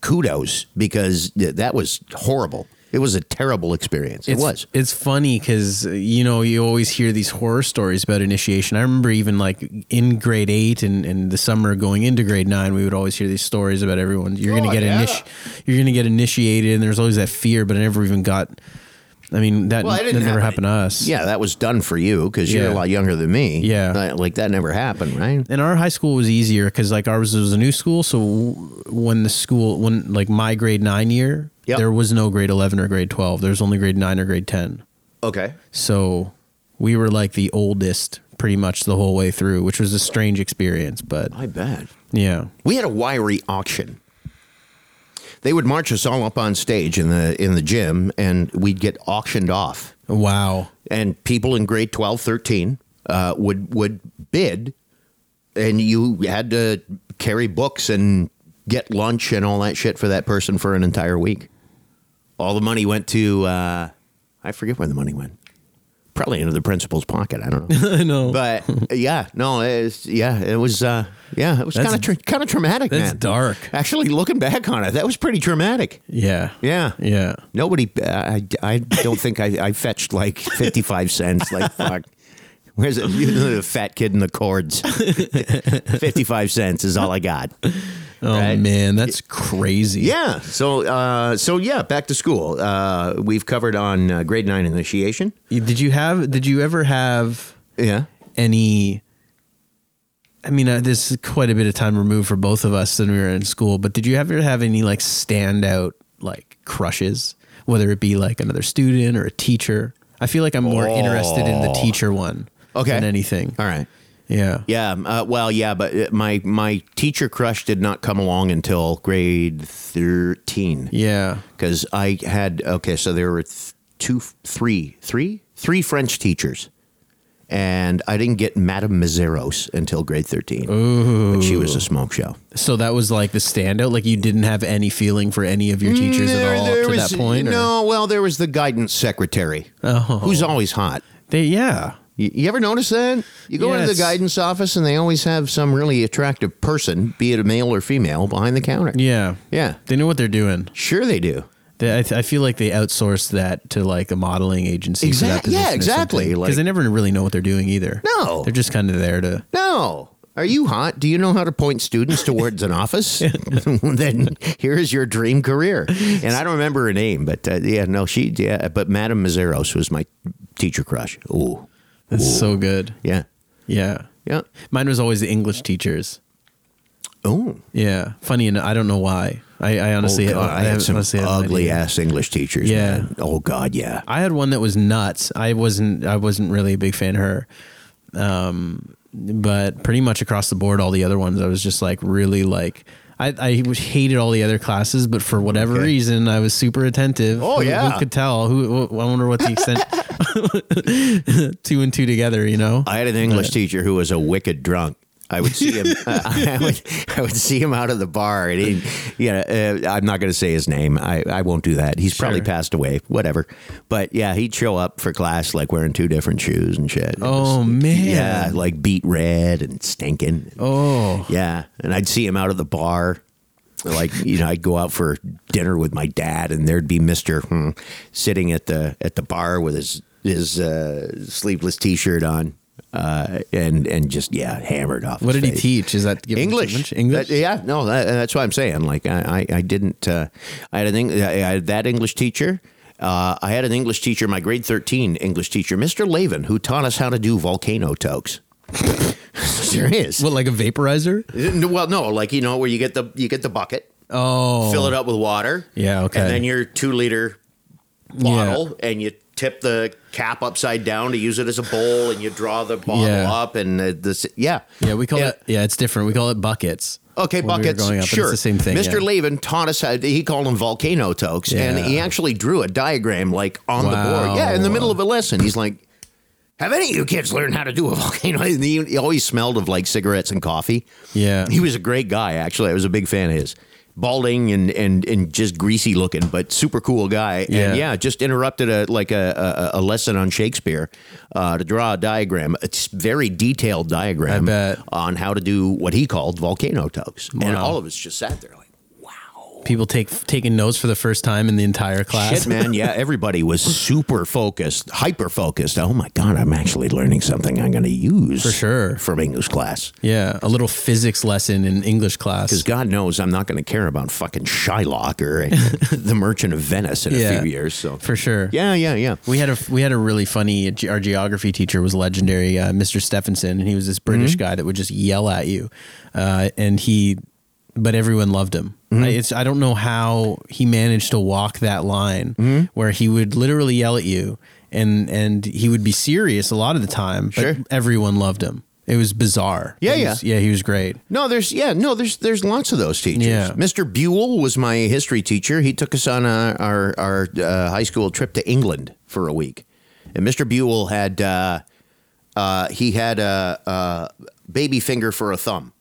[SPEAKER 2] kudos because th- that was horrible. It was a terrible experience. It
[SPEAKER 1] it's,
[SPEAKER 2] was.
[SPEAKER 1] It's funny because you know you always hear these horror stories about initiation. I remember even like in grade eight and, and the summer going into grade nine, we would always hear these stories about everyone. You're
[SPEAKER 2] Oh,
[SPEAKER 1] gonna get
[SPEAKER 2] yeah.
[SPEAKER 1] initi- You're gonna get initiated, and there's always that fear. But I never even got. I mean that,
[SPEAKER 2] Well, it
[SPEAKER 1] that
[SPEAKER 2] didn't
[SPEAKER 1] never happened
[SPEAKER 2] happen.
[SPEAKER 1] to us.
[SPEAKER 2] Yeah, that was done for you because you're
[SPEAKER 1] Yeah.
[SPEAKER 2] a lot younger than me.
[SPEAKER 1] Yeah.
[SPEAKER 2] Like- like that never happened, right?
[SPEAKER 1] and our high school was easier because like ours was a new school so w- when the school when like my grade 9 year
[SPEAKER 2] Yep.
[SPEAKER 1] there was no grade 11 or grade 12 there was only grade 9 or grade 10
[SPEAKER 2] Okay.
[SPEAKER 1] So we were like the oldest pretty much the whole way through, which was a strange experience, but
[SPEAKER 2] I bet.
[SPEAKER 1] yeah.
[SPEAKER 2] We had a wiry auction. They would march us all up on stage in the in the gym and we'd get auctioned off.
[SPEAKER 1] Wow.
[SPEAKER 2] And people in grade 12, 13 uh, would would bid and you had to carry books and get lunch and all that shit for that person for an entire week. All the money went to uh, I forget where the money went. Probably into the principal's pocket. I don't know.
[SPEAKER 1] I know.
[SPEAKER 2] but yeah, no, it's yeah, it was uh, yeah, it was kind of tra- kind of traumatic.
[SPEAKER 1] that's
[SPEAKER 2] man.
[SPEAKER 1] dark.
[SPEAKER 2] Actually, looking back on it, that was pretty traumatic.
[SPEAKER 1] yeah.
[SPEAKER 2] Yeah.
[SPEAKER 1] Yeah.
[SPEAKER 2] uh, Nobody, I, I don't think I, I fetched like fifty five cents. Like fuck, Where's it? the fat kid in the cords? Fifty-five cents is all I got.
[SPEAKER 1] Oh man, that's crazy.
[SPEAKER 2] Yeah. So, uh, so yeah, back to school. Uh, we've covered on uh, grade nine initiation.
[SPEAKER 1] Did you have? Did you ever have
[SPEAKER 2] Yeah.
[SPEAKER 1] any? I mean, uh, this is quite a bit of time removed for both of us than we were in school. But did you ever have any like standout like crushes, whether it be like another student or a teacher? I feel like I'm more interested in the teacher one
[SPEAKER 2] Oh. Okay.
[SPEAKER 1] than anything.
[SPEAKER 2] All right.
[SPEAKER 1] Yeah.
[SPEAKER 2] Yeah. Uh, well, yeah, but uh, my my teacher crush did not come along until grade thirteen
[SPEAKER 1] Yeah.
[SPEAKER 2] because I had okay. So there were th- two, three, three, three French teachers, and I didn't get Madame Miseros until grade thirteen. But she was a smoke show.
[SPEAKER 1] So that was like the standout. Like you didn't have any feeling for any of your teachers at all up to
[SPEAKER 2] was,
[SPEAKER 1] that point. or- Oh.
[SPEAKER 2] No, well, there was the guidance secretary, who's always hot.
[SPEAKER 1] They, yeah.
[SPEAKER 2] You, you ever notice that? You go into
[SPEAKER 1] Yes.
[SPEAKER 2] the guidance office and they always have some really attractive person, be it a male or female, behind the counter.
[SPEAKER 1] Yeah.
[SPEAKER 2] Yeah.
[SPEAKER 1] They know what they're doing.
[SPEAKER 2] Sure, they do.
[SPEAKER 1] They, I, th- I feel like they outsourced that to like a modeling agency.
[SPEAKER 2] Exact- yeah, exactly,
[SPEAKER 1] Because
[SPEAKER 2] like-
[SPEAKER 1] they never really know what they're doing either.
[SPEAKER 2] No.
[SPEAKER 1] they're just kind of there to.
[SPEAKER 2] No. Are you hot? Do you know how to point students towards an office? then here is your dream career. And I don't remember her name, but uh, yeah, no, she, yeah, but Madame Mazeros was my teacher crush. Ooh.
[SPEAKER 1] That's so good.
[SPEAKER 2] Yeah.
[SPEAKER 1] Yeah,
[SPEAKER 2] Yeah.
[SPEAKER 1] mine was always the English teachers.
[SPEAKER 2] Oh.
[SPEAKER 1] Yeah, funny enough, I don't know why. I, I honestly,
[SPEAKER 2] oh, God, I, had some
[SPEAKER 1] honestly have no
[SPEAKER 2] ugly
[SPEAKER 1] idea.
[SPEAKER 2] ass English teachers.
[SPEAKER 1] Yeah.
[SPEAKER 2] man. Oh God, yeah.
[SPEAKER 1] I had one that was nuts. I wasn't. I wasn't really a big fan of her. Um, but pretty much across the board, all the other ones, I was just like really like. I, I was- hated all the other classes, but for whatever
[SPEAKER 2] Okay.
[SPEAKER 1] reason, I was super attentive.
[SPEAKER 2] Oh,
[SPEAKER 1] who,
[SPEAKER 2] yeah.
[SPEAKER 1] who could tell? Who? wh- I wonder what the extent two and two together. You know,
[SPEAKER 2] I had an English teacher who was a wicked drunk. I would see him. I would. I would see him out of the bar, and he, you know, uh, I'm not going to say his name. I, I won't do that. He's probably
[SPEAKER 1] Sure.
[SPEAKER 2] passed away. Whatever. But yeah, he'd show up for class like wearing two different shoes and shit. It
[SPEAKER 1] Oh, man.
[SPEAKER 2] Yeah, like beat red and stinking.
[SPEAKER 1] Oh.
[SPEAKER 2] yeah, and I'd see him out of the bar. Like you know, I'd go out for dinner with my dad, and there'd be Mister hmm, sitting at the at the bar with his his uh, sleeveless t shirt on, uh, and and just yeah, hammered off.
[SPEAKER 1] what
[SPEAKER 2] his
[SPEAKER 1] did he
[SPEAKER 2] face.
[SPEAKER 1] teach? Is that giving too much?
[SPEAKER 2] English,
[SPEAKER 1] English?
[SPEAKER 2] That- yeah, no, that, that's what I'm saying. Like I, I, I didn't. Uh, I had an Eng- I had that English teacher. Uh, I had an English teacher, my grade 13 English teacher, Mr. Lavin, who taught us how to do volcano tokes. there is.
[SPEAKER 1] What like a vaporizer?
[SPEAKER 2] Well, no, like you know where you get the you get the bucket,
[SPEAKER 1] Oh,
[SPEAKER 2] fill it up with water.
[SPEAKER 1] Yeah, okay.
[SPEAKER 2] And then your two liter bottle, and you tip the cap upside down to use it as a bowl, and you draw the bottle
[SPEAKER 1] Yeah.
[SPEAKER 2] up, and uh, this yeah
[SPEAKER 1] yeah. We call
[SPEAKER 2] Yeah.
[SPEAKER 1] it. Yeah, it's different. We call it buckets.
[SPEAKER 2] Okay,
[SPEAKER 1] when we were
[SPEAKER 2] buckets.
[SPEAKER 1] growing up, and
[SPEAKER 2] sure,
[SPEAKER 1] it's the same thing.
[SPEAKER 2] Mr.
[SPEAKER 1] yeah.
[SPEAKER 2] Levin taught us how he called them volcano tokes, and
[SPEAKER 1] Yeah.
[SPEAKER 2] he actually drew a diagram like on the board. Yeah, in the
[SPEAKER 1] Wow.
[SPEAKER 2] middle of a lesson, he's like, "Have any of you kids learned how to do a volcano?" And he, he always smelled of like cigarettes and coffee.
[SPEAKER 1] Yeah.
[SPEAKER 2] he was a great guy. Actually, I was a big fan of his. Balding and and and just greasy looking, but super cool guy.
[SPEAKER 1] Yeah.
[SPEAKER 2] And yeah, just interrupted a like a a, a lesson on Shakespeare uh, to draw a diagram. It's very detailed diagram
[SPEAKER 1] I bet.
[SPEAKER 2] on how to do what he called volcano tokes. And
[SPEAKER 1] Wow.
[SPEAKER 2] all of us just sat there like,
[SPEAKER 1] people take taking notes for the first time in the entire class.
[SPEAKER 2] shit, man. Yeah, everybody was super focused, hyper focused. Oh my God, I'm actually learning something I'm going to use for
[SPEAKER 1] sure.
[SPEAKER 2] from English class.
[SPEAKER 1] Yeah, a little physics lesson in English class.
[SPEAKER 2] Because God knows I'm not going to care about fucking Shylock or the Merchant of Venice in a
[SPEAKER 1] Yeah.
[SPEAKER 2] few years. So
[SPEAKER 1] For sure.
[SPEAKER 2] Yeah, yeah, yeah.
[SPEAKER 1] We had a we had a really funny uh, ge- our geography teacher was legendary uh, Mr. Stephenson and he was this British
[SPEAKER 2] Mm-hmm.
[SPEAKER 1] guy that would just yell at you uh, and he but everyone loved him.
[SPEAKER 2] Mm-hmm.
[SPEAKER 1] I, it's I don't know how he managed to walk that line
[SPEAKER 2] Mm-hmm.
[SPEAKER 1] where he would literally yell at you and and he would be serious a lot of the time but
[SPEAKER 2] Sure.
[SPEAKER 1] everyone loved him. It was bizarre.
[SPEAKER 2] Yeah,
[SPEAKER 1] It
[SPEAKER 2] yeah.
[SPEAKER 1] was- yeah, he was great.
[SPEAKER 2] No, there's yeah, no, there's there's lots of those teachers.
[SPEAKER 1] Yeah.
[SPEAKER 2] Mr. Buell was my history teacher. He took us on uh our our uh, high school trip to England for a week, and Mr. Buell had uh, uh, he had a, a baby finger for a thumb.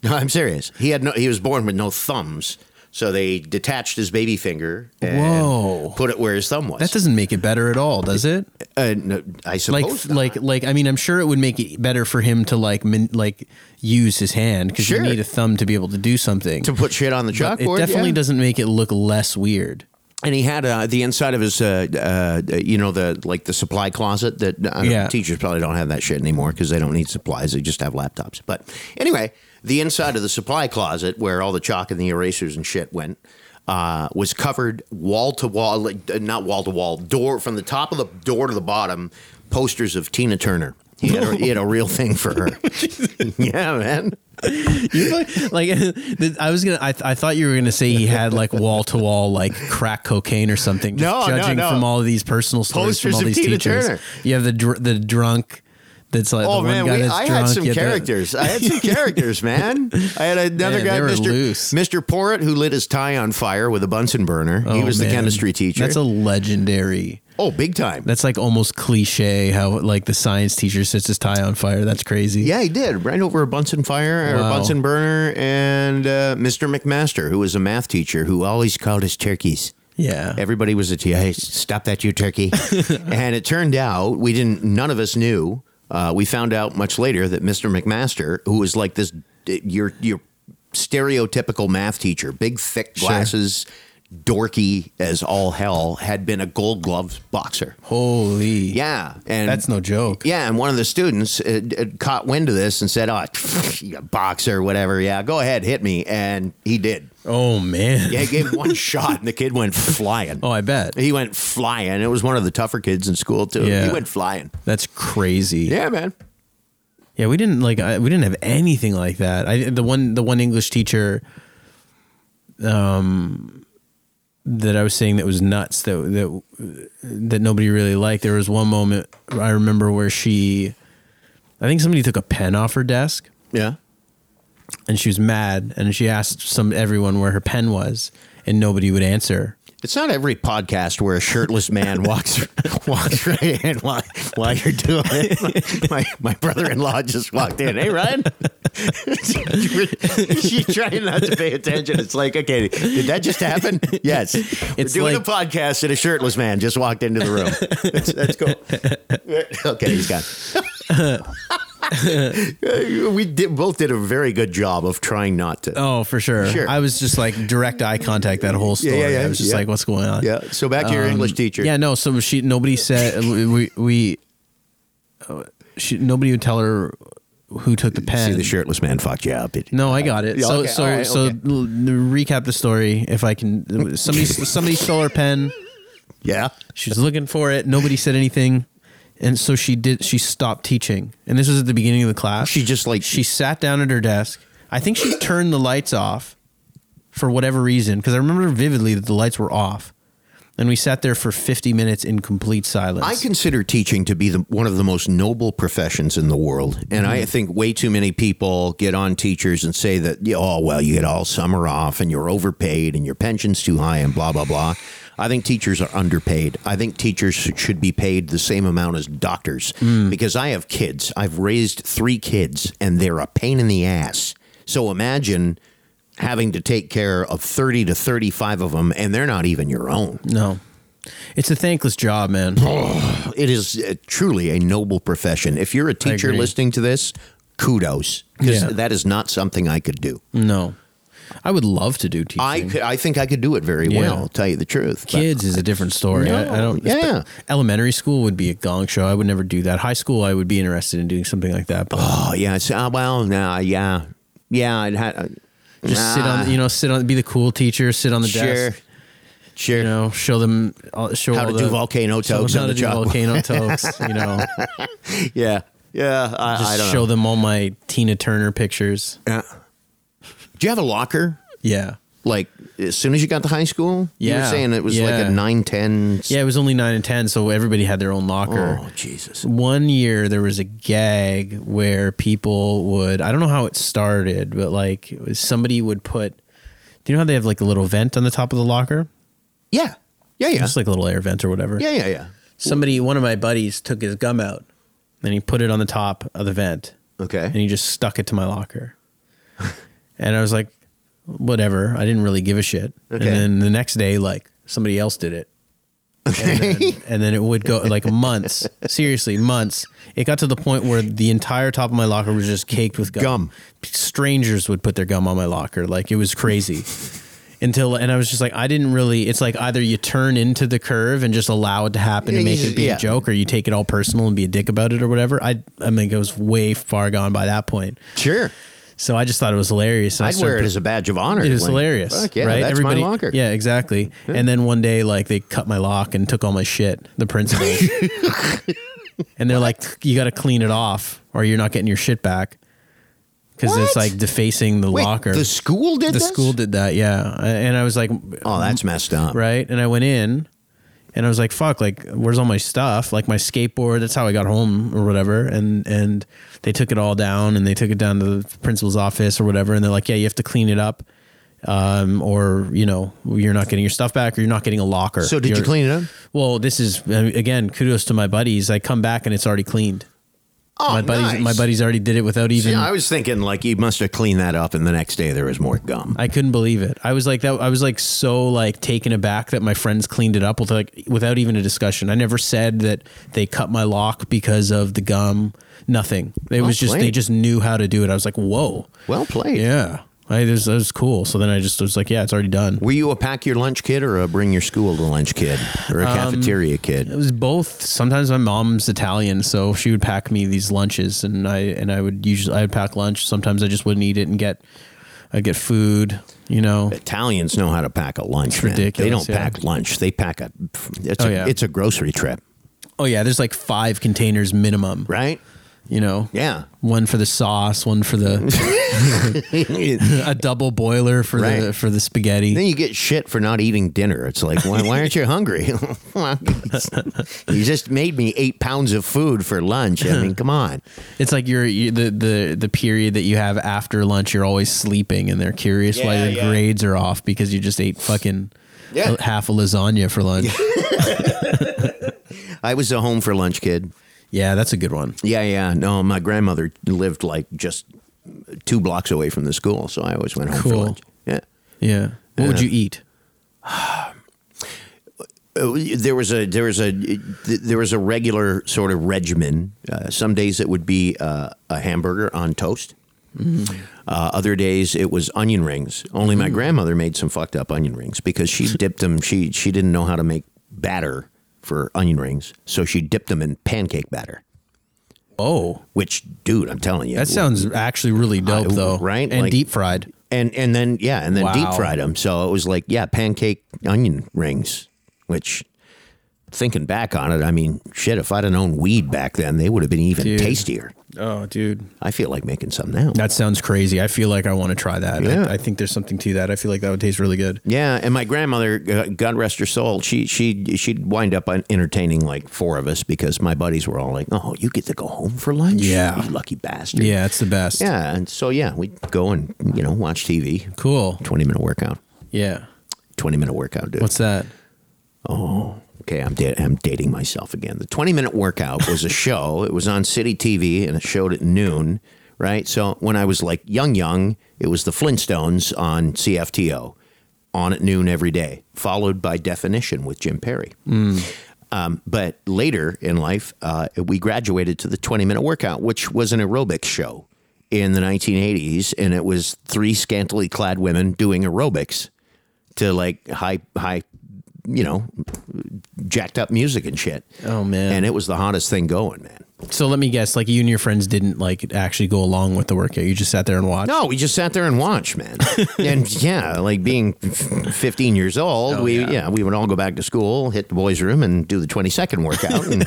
[SPEAKER 2] No, I'm serious. He had no. He was born with no thumbs, so they detached his baby finger and
[SPEAKER 1] Whoa.
[SPEAKER 2] put it where his thumb was.
[SPEAKER 1] That doesn't make it better at all, does it?
[SPEAKER 2] uh, no, I
[SPEAKER 1] like
[SPEAKER 2] suppose not.
[SPEAKER 1] like like I mean I'm sure it would make it better for him to like min, like use his hand because
[SPEAKER 2] Sure.
[SPEAKER 1] you need a thumb to be able to do something.
[SPEAKER 2] to put shit on the
[SPEAKER 1] But it
[SPEAKER 2] chalkboard.
[SPEAKER 1] definitely
[SPEAKER 2] yeah.
[SPEAKER 1] doesn't make it look less weird.
[SPEAKER 2] and he had uh, the inside of his, uh, uh, you know, the like the supply closet that uh,
[SPEAKER 1] Yeah.
[SPEAKER 2] teachers probably don't have that shit anymore because they don't need supplies; they just have laptops. But anyway, the inside of the supply closet where all the chalk and the erasers and shit went uh, was covered wall to wall, like, uh, not wall to wall, door from the top of the door to the bottom, posters of Tina Turner. He had a, he had a real thing for her. yeah, man.
[SPEAKER 1] You like, like, I was gonna. I, I thought you were gonna say he had like wall to wall like crack cocaine or something.
[SPEAKER 2] No, no,
[SPEAKER 1] judging
[SPEAKER 2] no.
[SPEAKER 1] from all of these personal stories
[SPEAKER 2] Posters
[SPEAKER 1] from all
[SPEAKER 2] of
[SPEAKER 1] these
[SPEAKER 2] Tina
[SPEAKER 1] teachers.
[SPEAKER 2] Turner.
[SPEAKER 1] You have the dr- the drunk. That's like
[SPEAKER 2] Oh
[SPEAKER 1] the
[SPEAKER 2] man,
[SPEAKER 1] one guy
[SPEAKER 2] we,
[SPEAKER 1] that's
[SPEAKER 2] I
[SPEAKER 1] drunk.
[SPEAKER 2] had some
[SPEAKER 1] you have the-
[SPEAKER 2] characters. I had some characters, man. I had another
[SPEAKER 1] Man,
[SPEAKER 2] guy,
[SPEAKER 1] they were
[SPEAKER 2] Mr.
[SPEAKER 1] loose.
[SPEAKER 2] Mr. Porritt, who lit his tie on fire with a Bunsen burner. he
[SPEAKER 1] Oh,
[SPEAKER 2] was the
[SPEAKER 1] man.
[SPEAKER 2] chemistry teacher.
[SPEAKER 1] That's a legendary.
[SPEAKER 2] oh, big time.
[SPEAKER 1] That's like almost cliche. How like the science teacher sets his tie on fire. That's crazy.
[SPEAKER 2] yeah, he did. Right over a Bunsen fire or a
[SPEAKER 1] Wow.
[SPEAKER 2] Bunsen burner, and uh, Mr. McMaster, who was a math teacher, who always called us turkeys.
[SPEAKER 1] Yeah.
[SPEAKER 2] Everybody was a T. Hey, stop that, you turkey! and it turned out we didn't. None of us knew. Uh, we found out much later that Mr. McMaster, who was like this, your your stereotypical math teacher, big thick glasses, dorky as all hell, had been a Gold Glove boxer.
[SPEAKER 1] Holy.
[SPEAKER 2] Yeah, and
[SPEAKER 1] That's no joke.
[SPEAKER 2] yeah, and one of the students uh, d- caught wind of this and said, "Oh, you boxer, whatever. Yeah, go ahead, hit me." And he did.
[SPEAKER 1] Oh man.
[SPEAKER 2] Yeah, he gave him one shot, and the kid went flying.
[SPEAKER 1] Oh, I bet.
[SPEAKER 2] He went flying. It was one of the tougher kids in school too. He
[SPEAKER 1] Yeah.
[SPEAKER 2] went flying.
[SPEAKER 1] That's crazy.
[SPEAKER 2] Yeah, man.
[SPEAKER 1] Yeah, we didn't like I, we didn't have anything like that. I the one the one English teacher um that I was saying that was nuts that that that nobody really liked. There was one moment I remember where she I think somebody took a pen off her desk
[SPEAKER 2] Yeah.
[SPEAKER 1] and she was mad and she asked some everyone where her pen was and nobody would answer.
[SPEAKER 2] It's not every podcast where a shirtless man walks walks right in while, while you're doing it. My my brother in law just walked in. Hey Ryan, she's trying not to pay attention. It's like, okay, did that just happen? Yes,
[SPEAKER 1] It's
[SPEAKER 2] we're doing
[SPEAKER 1] like-
[SPEAKER 2] a podcast and a shirtless man just walked into the room. That's, that's cool. Okay, he's gone. we did, both did a very good job of trying not to.
[SPEAKER 1] Oh, for sure.
[SPEAKER 2] Sure.
[SPEAKER 1] I was just like direct eye contact that whole
[SPEAKER 2] Yeah,
[SPEAKER 1] story.
[SPEAKER 2] yeah, yeah,
[SPEAKER 1] I was just
[SPEAKER 2] yeah.
[SPEAKER 1] like what's going on?
[SPEAKER 2] Yeah. So back to your English teacher.
[SPEAKER 1] um, Yeah, no. So she nobody said we we, we uh, she nobody would tell her who took the pen.
[SPEAKER 2] See the shirtless man fucked you up. Did
[SPEAKER 1] No, I got it.
[SPEAKER 2] Yeah,
[SPEAKER 1] so
[SPEAKER 2] okay,
[SPEAKER 1] so
[SPEAKER 2] all right,
[SPEAKER 1] so
[SPEAKER 2] okay.
[SPEAKER 1] l- recap the story if I can. Somebody somebody stole her pen.
[SPEAKER 2] Yeah.
[SPEAKER 1] She was looking for it. Nobody said anything. And so she did. She stopped teaching, and this was at the beginning of the class.
[SPEAKER 2] She just, like-
[SPEAKER 1] she sat down at her desk. I think she turned the lights off for whatever reason, because I remember vividly that the lights were off, and we sat there for fifty minutes in complete silence.
[SPEAKER 2] I consider teaching to be the, one of the most noble professions in the world. And I think way too many people get on teachers and say that, yeah, oh, well, you get all summer off and you're overpaid and your pension's too high and blah, blah, blah. I think teachers are underpaid. I think teachers should be paid the same amount as doctors because I have kids. I've raised three kids and they're a pain in the ass. So imagine having to take care of 30 to 35 of them and they're not even your own.
[SPEAKER 1] no, it's a thankless job, man.
[SPEAKER 2] it is uh, truly a noble profession. If you're a teacher
[SPEAKER 1] agree.
[SPEAKER 2] listening to this, kudos because
[SPEAKER 1] Yeah.
[SPEAKER 2] that is not something I could do.
[SPEAKER 1] No, I would love to do teaching.
[SPEAKER 2] I could, I think I could do it very
[SPEAKER 1] Yeah.
[SPEAKER 2] well. Tell you the truth, but-
[SPEAKER 1] Kids is a different story. I, I don't.
[SPEAKER 2] yeah.
[SPEAKER 1] Elementary school would be a gong show. I would never do that. High school, I would be interested in doing something like that. But
[SPEAKER 2] oh yeah, it's, uh, well, nah, yeah, yeah. I'd ha- uh,
[SPEAKER 1] just sit on, you know, sit on, be the cool teacher, sit on the
[SPEAKER 2] sure,
[SPEAKER 1] desk,
[SPEAKER 2] sure.
[SPEAKER 1] you know, show them, all- show
[SPEAKER 2] How
[SPEAKER 1] all
[SPEAKER 2] to
[SPEAKER 1] the,
[SPEAKER 2] do volcano
[SPEAKER 1] show them
[SPEAKER 2] tokes
[SPEAKER 1] uh, how
[SPEAKER 2] on
[SPEAKER 1] to
[SPEAKER 2] the
[SPEAKER 1] do
[SPEAKER 2] chalkboard.
[SPEAKER 1] volcano tokes, you know,
[SPEAKER 2] Yeah, yeah. I, I
[SPEAKER 1] just
[SPEAKER 2] don't
[SPEAKER 1] show
[SPEAKER 2] know.
[SPEAKER 1] them all my Tina Turner pictures.
[SPEAKER 2] Yeah. Do you have a locker?
[SPEAKER 1] Yeah.
[SPEAKER 2] Like as soon as you got to high school, you were
[SPEAKER 1] Yeah,
[SPEAKER 2] saying it was like
[SPEAKER 1] yeah.
[SPEAKER 2] a nine ten.
[SPEAKER 1] Yeah. It was only nine and 10. So everybody had their own locker.
[SPEAKER 2] Oh Jesus.
[SPEAKER 1] one year there was a gag where people would I don't know how it started, but like it was- somebody would put do you know how they have like a little vent on the top of the locker?
[SPEAKER 2] Yeah. Yeah. Yeah.
[SPEAKER 1] Just like a little air vent or whatever.
[SPEAKER 2] Yeah. Yeah. Yeah.
[SPEAKER 1] Somebody one of my buddies took his gum out and he put it on the top of the vent
[SPEAKER 2] Okay.
[SPEAKER 1] and he just stuck it to my locker. and I was like, whatever. I didn't really give a shit. And
[SPEAKER 2] Okay.
[SPEAKER 1] then the next day, like somebody else did it. And then, and then it would go like months. Seriously, months. It got to the point where the entire top of my locker was just caked with gum.
[SPEAKER 2] Gum.
[SPEAKER 1] Strangers would put their gum on my locker. Like it was crazy. until and I was just like I didn't really it's like either you turn into the curve and just allow it to happen and
[SPEAKER 2] Yeah,
[SPEAKER 1] make
[SPEAKER 2] you-
[SPEAKER 1] it be
[SPEAKER 2] yeah.
[SPEAKER 1] a joke or you take it all personal and be a dick about it or whatever I I think it was way far gone by that point
[SPEAKER 2] Sure.
[SPEAKER 1] so I just thought it was hilarious and I
[SPEAKER 2] I'd wear
[SPEAKER 1] started-
[SPEAKER 2] it as a badge of honor.
[SPEAKER 1] it is
[SPEAKER 2] Like,
[SPEAKER 1] hilarious
[SPEAKER 2] Fuck yeah,
[SPEAKER 1] right
[SPEAKER 2] that's
[SPEAKER 1] everybody
[SPEAKER 2] my locker.
[SPEAKER 1] yeah exactly and then one day like they cut my lock and took all my shit the principal and they're like you got to clean it off or you're not getting your shit back because
[SPEAKER 2] What?
[SPEAKER 1] it's like defacing the
[SPEAKER 2] Wait,
[SPEAKER 1] locker
[SPEAKER 2] the school did
[SPEAKER 1] the
[SPEAKER 2] this?
[SPEAKER 1] school did that yeah and i was like
[SPEAKER 2] Oh, that's messed up.
[SPEAKER 1] right and i went in and i was like fuck like where's all my stuff like my skateboard that's how i got home or whatever and and they took it all down and they took it down to the principal's office or whatever and they're like yeah you have to clean it up um or you know you're not getting your stuff back or you're not getting a locker
[SPEAKER 2] So did you
[SPEAKER 1] You're-
[SPEAKER 2] clean it up?
[SPEAKER 1] well this is uh, again kudos to my buddies i come back and it's already cleaned
[SPEAKER 2] Oh,
[SPEAKER 1] my buddies
[SPEAKER 2] nice.
[SPEAKER 1] my buddies already did it without even
[SPEAKER 2] Yeah, I was thinking like you must have cleaned that up, and the next day there was more gum.
[SPEAKER 1] I couldn't believe it. I was like that. I was like so like taken aback that my friends cleaned it up with like without even a discussion. I never said that they cut my lock because of the gum. Nothing. It was just they
[SPEAKER 2] played.
[SPEAKER 1] just knew how to do it. I was like, whoa,
[SPEAKER 2] Well played.
[SPEAKER 1] yeah, I, this, that was cool. So then I just was like, yeah, it's already done.
[SPEAKER 2] Were you a pack your lunch kid or a bring your school to lunch kid or a
[SPEAKER 1] Um,
[SPEAKER 2] cafeteria
[SPEAKER 1] It
[SPEAKER 2] kid?
[SPEAKER 1] was both. Sometimes my mom's Italian, so she would pack me these lunches, and I and I would usually I would pack lunch. Sometimes I just wouldn't eat it and get I get food. You know,
[SPEAKER 2] Italians know how to pack a lunch. man. They
[SPEAKER 1] ridiculous,
[SPEAKER 2] don't
[SPEAKER 1] yeah.
[SPEAKER 2] pack lunch. They pack a. It's,
[SPEAKER 1] Oh,
[SPEAKER 2] a
[SPEAKER 1] yeah.
[SPEAKER 2] it's a grocery trip,
[SPEAKER 1] oh yeah, there's like five containers minimum.
[SPEAKER 2] right?
[SPEAKER 1] You know,
[SPEAKER 2] Yeah.
[SPEAKER 1] one for the sauce, one for the
[SPEAKER 2] then
[SPEAKER 1] a double boiler for the
[SPEAKER 2] Right.
[SPEAKER 1] for the spaghetti.
[SPEAKER 2] you get shit for not eating dinner. It's like, why, why aren't you hungry? you just made me eight pounds of food for lunch. I mean, come on.
[SPEAKER 1] It's like you're you, the the the period that you have after lunch. You're always sleeping, and they're curious why
[SPEAKER 2] Yeah,
[SPEAKER 1] your
[SPEAKER 2] yeah.
[SPEAKER 1] grades are off because you just ate fucking
[SPEAKER 2] Yeah.
[SPEAKER 1] a- half a lasagna for lunch.
[SPEAKER 2] I was a home for lunch kid.
[SPEAKER 1] yeah, that's a good one.
[SPEAKER 2] Yeah, yeah. No, my grandmother lived like just two blocks away from the school, so I always went home for
[SPEAKER 1] Cool.
[SPEAKER 2] lunch. Yeah.
[SPEAKER 1] Yeah, what would you eat?
[SPEAKER 2] Uh, There was a there was a there was a regular sort of regimen. Uh, some days it would be uh, a hamburger on toast.
[SPEAKER 1] Mm-hmm.
[SPEAKER 2] Uh, other days it was onion rings. Only my grandmother made some fucked up onion rings because she dipped them. She she didn't know how to make batter for onion rings, so she dipped them in pancake batter.
[SPEAKER 1] Oh,
[SPEAKER 2] Which, dude, I'm telling you,
[SPEAKER 1] that sounds actually really dope
[SPEAKER 2] I-
[SPEAKER 1] though,
[SPEAKER 2] right?
[SPEAKER 1] And
[SPEAKER 2] Like-
[SPEAKER 1] deep fried.
[SPEAKER 2] and and then yeah, and then
[SPEAKER 1] Wow.
[SPEAKER 2] deep fried them. So it was like yeah, pancake onion rings. Which, thinking back on it, I mean, shit, if I'd have known weed back then, they would have been even
[SPEAKER 1] Dude.
[SPEAKER 2] tastier.
[SPEAKER 1] Oh, dude,
[SPEAKER 2] I feel like making some now.
[SPEAKER 1] that sounds crazy. I feel like I want to try that.
[SPEAKER 2] Yeah.
[SPEAKER 1] I, I think there's something to that. I feel like that would taste really good.
[SPEAKER 2] Yeah, and my grandmother, uh, God rest her soul, she she she'd wind up entertaining like four of us because my buddies were all like, "Oh, you get to go home for lunch?
[SPEAKER 1] Yeah.
[SPEAKER 2] you lucky bastard."
[SPEAKER 1] Yeah, it's the best.
[SPEAKER 2] yeah, and so yeah, we'd go and you know watch TV,
[SPEAKER 1] cool.
[SPEAKER 2] twenty minute workout,
[SPEAKER 1] Yeah.
[SPEAKER 2] twenty minute workout, dude.
[SPEAKER 1] What's that?
[SPEAKER 2] Okay, I'm, da- I'm dating myself again. The 20 minute workout was a show. It was on City TV and it showed at noon, right? So when I was like young, young, it was the Flintstones on CFTO, on at noon every day, followed by Definition with Jim Perry. Um, but later in life, uh, we graduated to the 20 minute workout, which was an aerobics show in the 1980s. And it was three scantily clad women doing aerobics to like high, high, you know, jacked up music and shit.
[SPEAKER 1] Oh, man.
[SPEAKER 2] And it was the hottest thing going, man.
[SPEAKER 1] So let me guess, like you and your friends didn't like actually go along with the workout. You just sat there and watched.
[SPEAKER 2] No, we just sat there and watched, man. and yeah, like being f- 15 years old, we yeah.
[SPEAKER 1] Oh, yeah.
[SPEAKER 2] we would all go back to school, hit the boys' room, and do the 20 second workout, and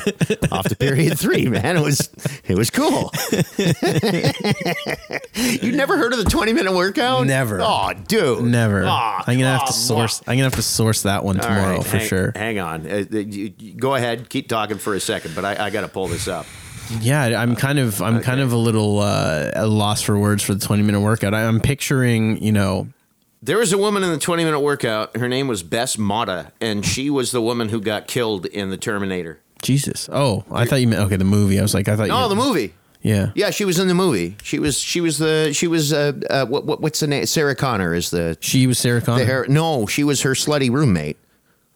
[SPEAKER 2] off to period three, man. It was it was cool. you never heard of the 20 minute workout?
[SPEAKER 1] Never.
[SPEAKER 2] Oh, dude,
[SPEAKER 1] Never.
[SPEAKER 2] Oh,
[SPEAKER 1] I'm gonna have to
[SPEAKER 2] come
[SPEAKER 1] source. I'm gonna have to source that one
[SPEAKER 2] on. All
[SPEAKER 1] tomorrow
[SPEAKER 2] right,
[SPEAKER 1] for
[SPEAKER 2] hang,
[SPEAKER 1] sure.
[SPEAKER 2] Hang on. Uh, you- you- go ahead. Keep talking for a second, but I, I got to pull this up.
[SPEAKER 1] Yeah, I- I'm kind of. I'm kind of a little uh, at a loss for words for the 20 minute workout. I, I'm picturing, you know,
[SPEAKER 2] There was a woman in the 20 minute workout. Her name was Bess Mata, and she was the woman who got killed in The Terminator.
[SPEAKER 1] Jesus. Oh, I thought you meant okay. The movie. I was like, I thought.
[SPEAKER 2] Oh,
[SPEAKER 1] you,
[SPEAKER 2] the movie.
[SPEAKER 1] Yeah.
[SPEAKER 2] Yeah, she was in the movie. She was she was the she was uh, uh what, what what's the name? Sarah Connor is the,
[SPEAKER 1] She was Sarah Connor.
[SPEAKER 2] the her, no, she was her slutty roommate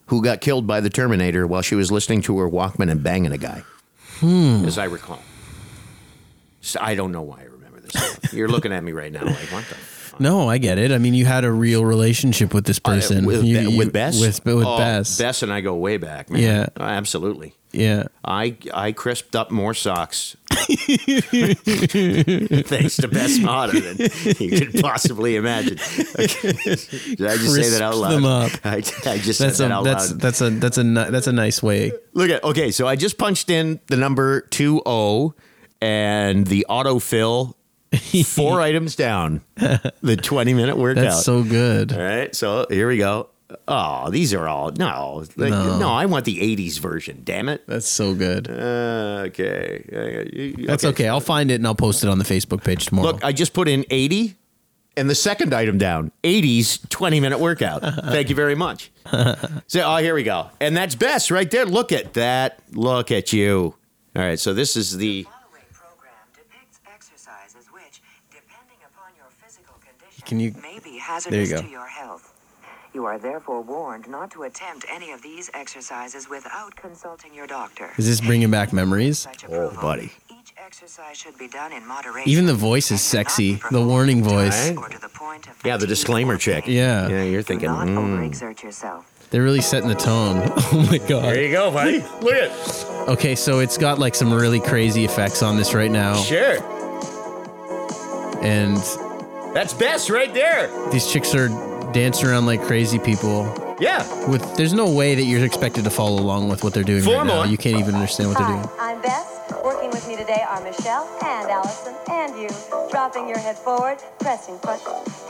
[SPEAKER 2] who got killed by the Terminator while she was listening to her Walkman and banging a guy. As Hmm. I recall. So I don't know why I remember this. You're looking at me right now like, what the fuck?
[SPEAKER 1] No, I get it. I mean, you had a real relationship Oh, with this person.
[SPEAKER 2] with,
[SPEAKER 1] You-
[SPEAKER 2] Be-
[SPEAKER 1] you-
[SPEAKER 2] with Bess?
[SPEAKER 1] With, with
[SPEAKER 2] oh,
[SPEAKER 1] Bess.
[SPEAKER 2] Bess and I go way back, man. Oh,
[SPEAKER 1] Yeah.
[SPEAKER 2] Absolutely.
[SPEAKER 1] Yeah.
[SPEAKER 2] I I crisped up more socks. Thanks to Bess Motta than you could possibly imagine. Okay. Did I just say that out
[SPEAKER 1] Crisped
[SPEAKER 2] loud?
[SPEAKER 1] them up.
[SPEAKER 2] I, I just
[SPEAKER 1] That's
[SPEAKER 2] said that
[SPEAKER 1] a
[SPEAKER 2] out
[SPEAKER 1] that's
[SPEAKER 2] loud.
[SPEAKER 1] that's a that's a ni- that's a nice way.
[SPEAKER 2] Look at okay, so I just punched in the number two O and the autofill four items down. The twenty minute workout.
[SPEAKER 1] That's so good.
[SPEAKER 2] all right, so here we go. Oh, these are all no, like, no. I want the '80s version. Damn it.
[SPEAKER 1] That's so good.
[SPEAKER 2] Uh, okay, Uh, you- you-
[SPEAKER 1] That's okay. I'll find it and I'll post it on the Facebook page tomorrow.
[SPEAKER 2] Look, I just put in 80 and the second item down 80s 20 minute workout. Thank you very much. so, oh, here we go. And that's best right there. Look at that. Look at you. All right. So, this is the.
[SPEAKER 4] following program depicts exercises which, depending upon your physical condition,
[SPEAKER 1] Can you-
[SPEAKER 4] may be hazardous
[SPEAKER 1] go.
[SPEAKER 4] to your health. You are therefore warned not to attempt any of these exercises without consulting your doctor.
[SPEAKER 1] Is this bringing back memories?
[SPEAKER 4] Such approval.
[SPEAKER 2] buddy.
[SPEAKER 4] Each exercise should be done in moderation.
[SPEAKER 1] Even the voice is
[SPEAKER 4] and cannot be
[SPEAKER 1] sexy. The
[SPEAKER 4] performed
[SPEAKER 1] warning
[SPEAKER 4] to
[SPEAKER 1] voice.
[SPEAKER 4] or to the point of
[SPEAKER 2] Yeah, the
[SPEAKER 4] fatigue
[SPEAKER 2] disclaimer
[SPEAKER 4] or
[SPEAKER 2] check.
[SPEAKER 4] pain.
[SPEAKER 1] Yeah.
[SPEAKER 2] Yeah, you're
[SPEAKER 4] Do
[SPEAKER 2] thinking.
[SPEAKER 4] not
[SPEAKER 2] mm.
[SPEAKER 4] overexert yourself.
[SPEAKER 1] They're really setting the tone. Oh my god.
[SPEAKER 2] you go, buddy. Look at
[SPEAKER 1] Okay, so it's got like some really crazy effects on this right now,
[SPEAKER 2] Sure.
[SPEAKER 1] and
[SPEAKER 2] That's best right there.
[SPEAKER 1] these chicks are dancing around like crazy people.
[SPEAKER 2] Yeah.
[SPEAKER 1] With there's no way that you're expected to follow along with what they're doing right now.
[SPEAKER 2] Formal.
[SPEAKER 1] You can't even understand what they're
[SPEAKER 5] Hi,
[SPEAKER 1] doing.
[SPEAKER 5] I'm Bess. Working with me today are Michelle and Allison and you. Dropping your head forward, pressing front,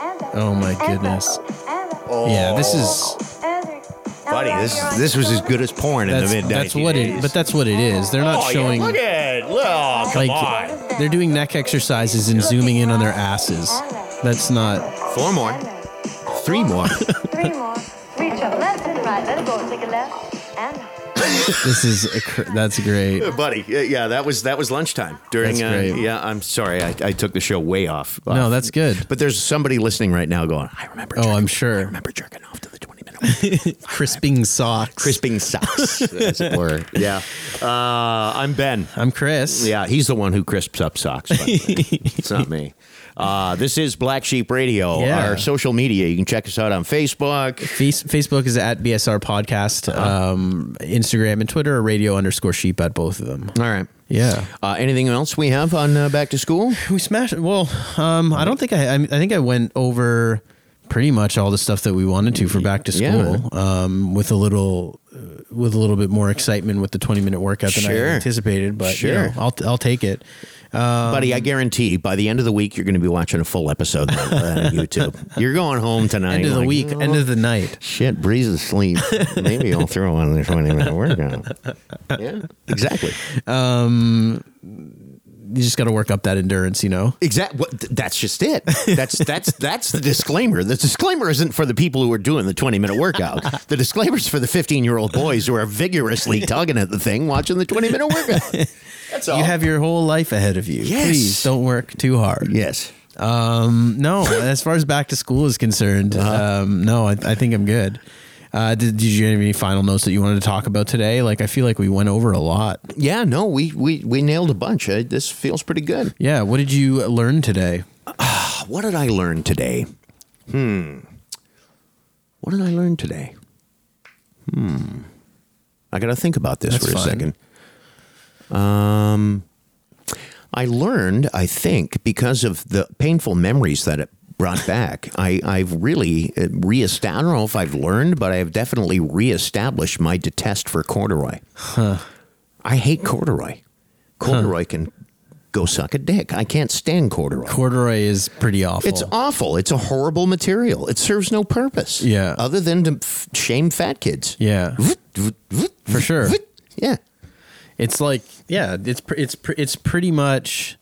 [SPEAKER 5] and back.
[SPEAKER 1] Oh, my
[SPEAKER 5] and
[SPEAKER 1] goodness.
[SPEAKER 5] Back, and back,
[SPEAKER 1] Yeah, this is
[SPEAKER 5] and back. Now
[SPEAKER 2] Oh. Buddy,
[SPEAKER 5] wrap
[SPEAKER 2] this
[SPEAKER 5] your
[SPEAKER 2] this was as good as porn in the
[SPEAKER 1] that's,
[SPEAKER 2] mid 1980s.
[SPEAKER 1] that's what it but that's what it is. They're not
[SPEAKER 2] oh,
[SPEAKER 1] showing
[SPEAKER 2] Yeah, look at. Oh, come
[SPEAKER 1] like
[SPEAKER 2] on.
[SPEAKER 1] they're doing neck exercises and zooming in on their asses. That's not
[SPEAKER 2] Four more.
[SPEAKER 5] And back.
[SPEAKER 2] Three more.
[SPEAKER 5] Three more. Reach up, left and right. Let it go. Take a left and right.
[SPEAKER 1] this is a, cr- that's great.
[SPEAKER 2] buddy. Yeah, Yeah, that was that was lunchtime during.
[SPEAKER 1] That's
[SPEAKER 2] Uh,
[SPEAKER 1] great.
[SPEAKER 2] yeah, I'm sorry, I, I took the show way off.
[SPEAKER 1] No, that's good.
[SPEAKER 2] But there's somebody listening right now going, I remember.
[SPEAKER 1] Oh,
[SPEAKER 2] jerking-
[SPEAKER 1] I'm
[SPEAKER 2] I
[SPEAKER 1] sure.
[SPEAKER 2] remember jerking off to the 20 minute
[SPEAKER 1] Crisping socks.
[SPEAKER 2] crisping socks, as it were. Yeah, uh, I'm Ben.
[SPEAKER 1] I'm Chris.
[SPEAKER 2] Yeah, he's the one who crisps up socks. by the way. it's not me. Uh, this is Black Sheep Radio.
[SPEAKER 1] Yeah.
[SPEAKER 2] Our social media. You can check us out on Facebook.
[SPEAKER 1] Face- Facebook is at BSR Podcast. Um, Instagram and Twitter are radio underscore sheep at both of them.
[SPEAKER 2] All right.
[SPEAKER 1] Yeah.
[SPEAKER 2] Uh, anything else we have on uh, Back to School?
[SPEAKER 1] We smashed. Well, um, I don't think I, I. I think I went over pretty much all the stuff that we wanted to for back to school.
[SPEAKER 2] Yeah.
[SPEAKER 1] Um, with a little, uh, with a little bit more excitement with the twenty minute workout than
[SPEAKER 2] Sure.
[SPEAKER 1] I anticipated. But you
[SPEAKER 2] Sure.
[SPEAKER 1] know, I'll I'll take it.
[SPEAKER 2] Buddy,
[SPEAKER 1] Um,
[SPEAKER 2] I guarantee by the end of the week you're going to be watching a full episode on uh, YouTube. You're going home tonight.
[SPEAKER 1] End of the
[SPEAKER 2] like,
[SPEAKER 1] week, end of the night.
[SPEAKER 2] Shit, breeze is asleep. Maybe I'll throw on the 20 minute workout. Yeah, exactly.
[SPEAKER 1] You just got to work up that endurance. You know.
[SPEAKER 2] Exactly. That's just it. That's that's that's the disclaimer. The disclaimer isn't for the people who are doing the 20 minute workout. The disclaimer's for the 15 year old boys who are vigorously tugging at the thing watching the 20 minute workout. That's all.
[SPEAKER 1] You have your whole life ahead of you.
[SPEAKER 2] Yes.
[SPEAKER 1] Please don't work too hard. Mm,
[SPEAKER 2] yes.
[SPEAKER 1] No, as far as back to school is concerned,
[SPEAKER 2] Uh-huh.
[SPEAKER 1] um, no, I, I think I'm good. Uh, did, did you have any final notes that you wanted to talk about today? Like, I feel like we went over a lot.
[SPEAKER 2] Yeah, no, we, we, we nailed a bunch. Uh, this feels pretty good.
[SPEAKER 1] Yeah. What did you learn today?
[SPEAKER 2] What did I learn today? Hmm. What did I learn today? Hmm. I got to think about this
[SPEAKER 1] That's
[SPEAKER 2] for a
[SPEAKER 1] fun.
[SPEAKER 2] second. Um, I learned, I think, because of the painful memories that it brought back. I, I've really uh, reestablished. I don't know if I've learned, but I have definitely reestablished my detest for corduroy. I hate corduroy. Corduroy can go suck a dick. I can't stand corduroy.
[SPEAKER 1] Corduroy is pretty awful.
[SPEAKER 2] It's awful. It's a horrible material. It serves no purpose.
[SPEAKER 1] Yeah.
[SPEAKER 2] Other than to f- shame fat kids.
[SPEAKER 1] yeah, for sure.
[SPEAKER 2] Yeah.
[SPEAKER 1] It's like yeah, it's pr- it's pr- it's pretty much.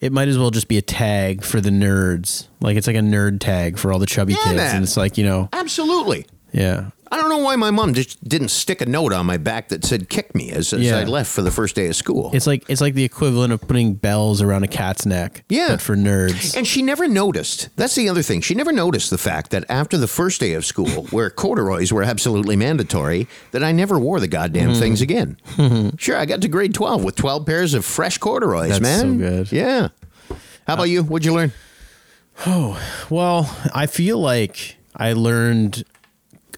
[SPEAKER 1] It might as well just be a tag for the nerds. Like it's like a nerd tag for all the chubby
[SPEAKER 2] Yeah,
[SPEAKER 1] kids,
[SPEAKER 2] man.
[SPEAKER 1] and it's like you know,
[SPEAKER 2] Absolutely.
[SPEAKER 1] yeah.
[SPEAKER 2] I don't know why my mom just didn't stick a note on my back that said "kick me" as, as
[SPEAKER 1] Yeah.
[SPEAKER 2] I left for the first day of school.
[SPEAKER 1] It's like it's like the equivalent of putting bells around a cat's neck.
[SPEAKER 2] Yeah.
[SPEAKER 1] but for nerds.
[SPEAKER 2] and she never noticed. That's the other thing. She never noticed the fact that after the first day of school, where corduroys were absolutely mandatory, that I never wore the goddamn
[SPEAKER 1] Hmm.
[SPEAKER 2] things again. sure, I got to grade twelve with twelve pairs of fresh corduroys.
[SPEAKER 1] That's so
[SPEAKER 2] man,
[SPEAKER 1] good. Uh,
[SPEAKER 2] Yeah. How about you? What'd you learn?
[SPEAKER 1] Well, I feel like I learned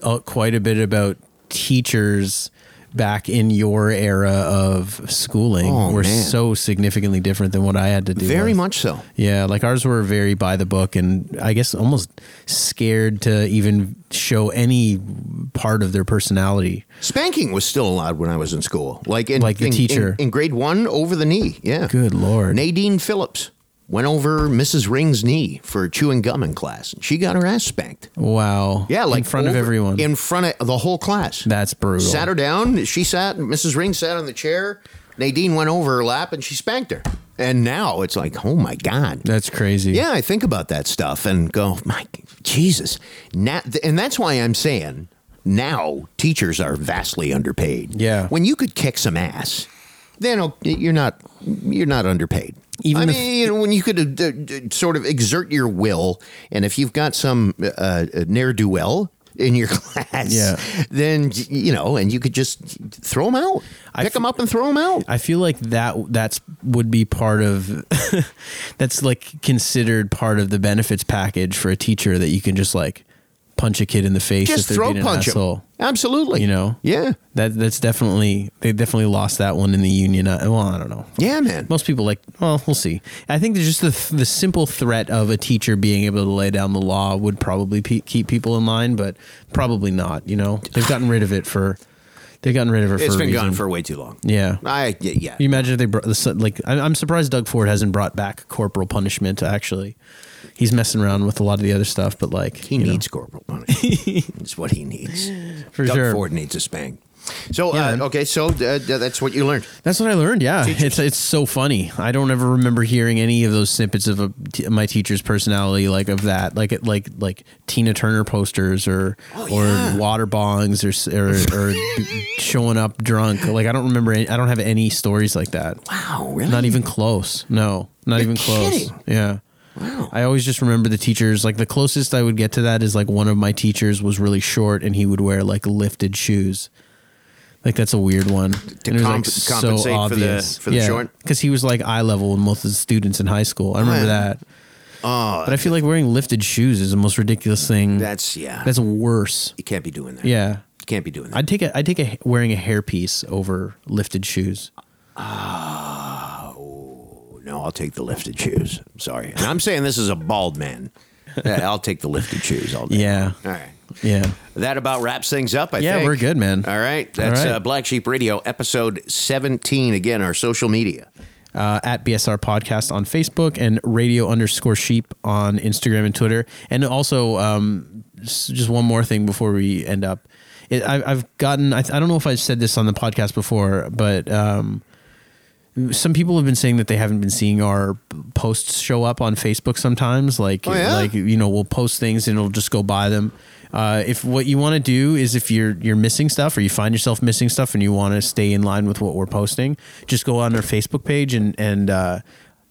[SPEAKER 1] uh, quite a bit about teachers back in your era of schooling
[SPEAKER 2] Oh,
[SPEAKER 1] were
[SPEAKER 2] man.
[SPEAKER 1] so significantly different than what I had to do.
[SPEAKER 2] Very
[SPEAKER 1] with.
[SPEAKER 2] much so.
[SPEAKER 1] Yeah, like ours were very by the book and I guess almost scared to even show any part of their personality.
[SPEAKER 2] Spanking was still allowed when I was in school. Like in
[SPEAKER 1] Like the
[SPEAKER 2] in- in-
[SPEAKER 1] teacher.
[SPEAKER 2] in, grade one over the knee. Yeah.
[SPEAKER 1] Good lord.
[SPEAKER 2] Nadine Phillips went over Mrs. Ring's knee for chewing gum in class. She got her ass spanked.
[SPEAKER 1] Wow.
[SPEAKER 2] Yeah, like
[SPEAKER 1] in front of
[SPEAKER 2] over-
[SPEAKER 1] everyone.
[SPEAKER 2] in front of the whole class.
[SPEAKER 1] That's brutal.
[SPEAKER 2] sat her down. She sat. Mrs. Ring sat on the chair. Nadine went over her lap and she spanked her. And now it's like, oh my god.
[SPEAKER 1] That's crazy.
[SPEAKER 2] Yeah, I think about that stuff and go, my Jesus. Now, and that's why I'm saying now teachers are vastly underpaid.
[SPEAKER 1] Yeah.
[SPEAKER 2] When you could kick some ass, then o- you're not you're not underpaid.
[SPEAKER 1] Even
[SPEAKER 2] I
[SPEAKER 1] if-
[SPEAKER 2] mean, you know, when you could uh, uh, sort of exert your will, and if you've got some uh, uh, ne'er do well in your class,
[SPEAKER 1] Yeah.
[SPEAKER 2] then you know, and you could just throw them out,
[SPEAKER 1] I
[SPEAKER 2] pick them
[SPEAKER 1] f-
[SPEAKER 2] up and throw them out.
[SPEAKER 1] I feel like that that's would be part of that's like considered part of the benefits package for a teacher that you can just like punch a kid in the face
[SPEAKER 2] just
[SPEAKER 1] if they're
[SPEAKER 2] throw
[SPEAKER 1] being
[SPEAKER 2] punch
[SPEAKER 1] an asshole.
[SPEAKER 2] them. Absolutely.
[SPEAKER 1] You know?
[SPEAKER 2] Yeah.
[SPEAKER 1] That that's definitely they definitely lost that one in the union. I, well, I don't know.
[SPEAKER 2] Yeah, man.
[SPEAKER 1] Most people like well, we'll see. I think there's just the th- the simple threat of a teacher being able to lay down the law would probably pe- keep people in line, but probably not. You know, they've gotten rid of it for they've gotten rid of it.
[SPEAKER 2] It's
[SPEAKER 1] for a
[SPEAKER 2] been
[SPEAKER 1] reason.
[SPEAKER 2] gone for way too long.
[SPEAKER 1] yeah.
[SPEAKER 2] I y- yeah.
[SPEAKER 1] You imagine if they brought this, like, I- I'm surprised Doug Ford hasn't brought back corporal punishment, actually. He's messing around with a lot of the other stuff, but like,
[SPEAKER 2] he
[SPEAKER 1] you know,
[SPEAKER 2] needs corporal punishment. That's what he needs.
[SPEAKER 1] for
[SPEAKER 2] Doug
[SPEAKER 1] sure.
[SPEAKER 2] Ford needs a spank. So
[SPEAKER 1] Yeah,
[SPEAKER 2] uh,
[SPEAKER 1] man.
[SPEAKER 2] okay, so uh, th- that's what you learned.
[SPEAKER 1] That's what I learned. Yeah. It's, it's so funny. I don't ever remember hearing any of those snippets of a, t- my teacher's personality, like of that, like, it- like, like Tina Turner posters or, or
[SPEAKER 2] Oh, yeah.
[SPEAKER 1] water bongs or, s- or, or b- showing up drunk. Like, I don't remember, any, I don't have any stories like that.
[SPEAKER 2] Wow, really?
[SPEAKER 1] Not even close. No, not
[SPEAKER 2] You're
[SPEAKER 1] even close.
[SPEAKER 2] kidding.
[SPEAKER 1] Yeah.
[SPEAKER 2] Wow.
[SPEAKER 1] I always just remember the teachers. Like the closest I would get to that is like one of my teachers was really short and he would wear like lifted shoes. Like that's a weird one. To
[SPEAKER 2] comp- compensate for the- for the short?
[SPEAKER 1] Because he was like eye level with most of the students in high school. I remember
[SPEAKER 2] yeah.
[SPEAKER 1] that. Oh, but I feel like wearing lifted shoes is the most ridiculous thing.
[SPEAKER 2] That's yeah.
[SPEAKER 1] that's worse.
[SPEAKER 2] you can't be doing that.
[SPEAKER 1] Yeah,
[SPEAKER 2] you can't be doing that.
[SPEAKER 1] I'd take a I'd take a wearing a hairpiece over lifted shoes.
[SPEAKER 2] Oh, no, I'll take the lifted shoes. I'm sorry, and I'm saying this is a bald man. Yeah, I'll take the lifted shoes all day.
[SPEAKER 1] Yeah,
[SPEAKER 2] All right.
[SPEAKER 1] yeah.
[SPEAKER 2] That about wraps things up. I
[SPEAKER 1] Yeah,
[SPEAKER 2] think.
[SPEAKER 1] we're good, man.
[SPEAKER 2] All right, that's
[SPEAKER 1] All right.
[SPEAKER 2] Uh, Black Sheep Radio episode 17. Again, our social media.
[SPEAKER 1] uh, at BSR Podcast on Facebook and radio underscore sheep on Instagram and Twitter. And also, um, s- just one more thing before we end up. It, I, I've gotten, I, I don't know if I've said this on the podcast before, but um, some people have been saying that they haven't been seeing our posts show up on Facebook sometimes. Like,
[SPEAKER 2] Oh, yeah?
[SPEAKER 1] like you know, we'll post things and it'll just go by them. Uh, if what you want to do is if you're you're missing stuff or you find yourself missing stuff and you want to stay in line with what we're posting, just go on our Facebook page and and uh,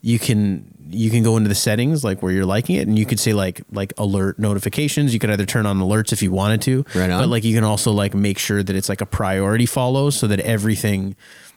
[SPEAKER 1] you can you can go into the settings like where you're liking it and you could say like like alert notifications. You could either turn on alerts if you wanted to,
[SPEAKER 2] Right on.
[SPEAKER 1] but like you can also like make sure that it's like a priority follow so that everything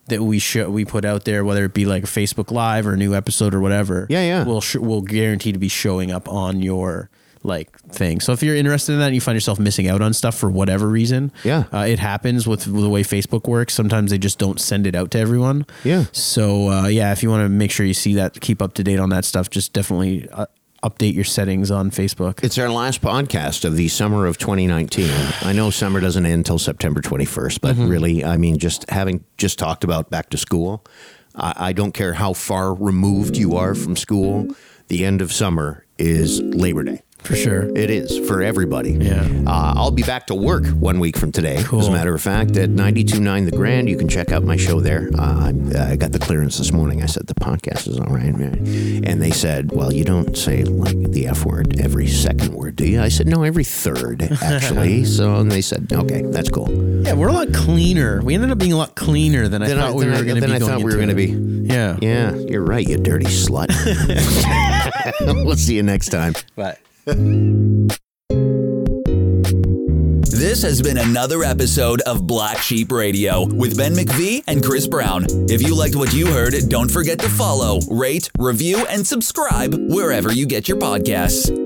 [SPEAKER 1] that we show we put out there, whether it be like a Facebook Live or a new episode or whatever,
[SPEAKER 2] Yeah, yeah.
[SPEAKER 1] will sh- will guarantee to be showing up on your like thing. So if you're interested in that, and you find yourself missing out on stuff for whatever reason,
[SPEAKER 2] Yeah.
[SPEAKER 1] uh, it happens with, with the way Facebook works. Sometimes they just don't send it out to everyone.
[SPEAKER 2] Yeah.
[SPEAKER 1] So uh, yeah, if you want to make sure you see that, keep up to date on that stuff. Just definitely uh, update your settings on Facebook.
[SPEAKER 2] It's our last podcast of the summer of 2019. I know summer doesn't end until September 21st, but really, I mean, just having just talked about back to school, I, I don't care how far removed you are from school, the end of summer is Labor Day.
[SPEAKER 1] for sure.
[SPEAKER 2] It is for everybody.
[SPEAKER 1] Yeah.
[SPEAKER 2] Uh, I'll be back to work one week from today. As a matter of fact, at 92.9 The Grand, you can check out my show there. Uh, I'm, I got the clearance this morning. I said the podcast is all right, man. And they said, well, you don't say like the F word every second word, do you? I said, no, every third, actually. so and they said, okay, that's cool.
[SPEAKER 1] Yeah, we're a lot cleaner. We ended up being a lot cleaner than I
[SPEAKER 2] Then I-
[SPEAKER 1] thought we
[SPEAKER 2] then I-
[SPEAKER 1] were going to be.
[SPEAKER 2] then I thought
[SPEAKER 1] going
[SPEAKER 2] we were
[SPEAKER 1] into
[SPEAKER 2] gonna
[SPEAKER 1] it. Yeah.
[SPEAKER 2] Yeah, you're right, you dirty slut. we'll see you next time.
[SPEAKER 1] But.
[SPEAKER 3] This has been another episode of Black Sheep Radio with Ben McVee and Chris Brown. If you liked what you heard, don't forget to follow, rate, review, and subscribe wherever you get your podcasts.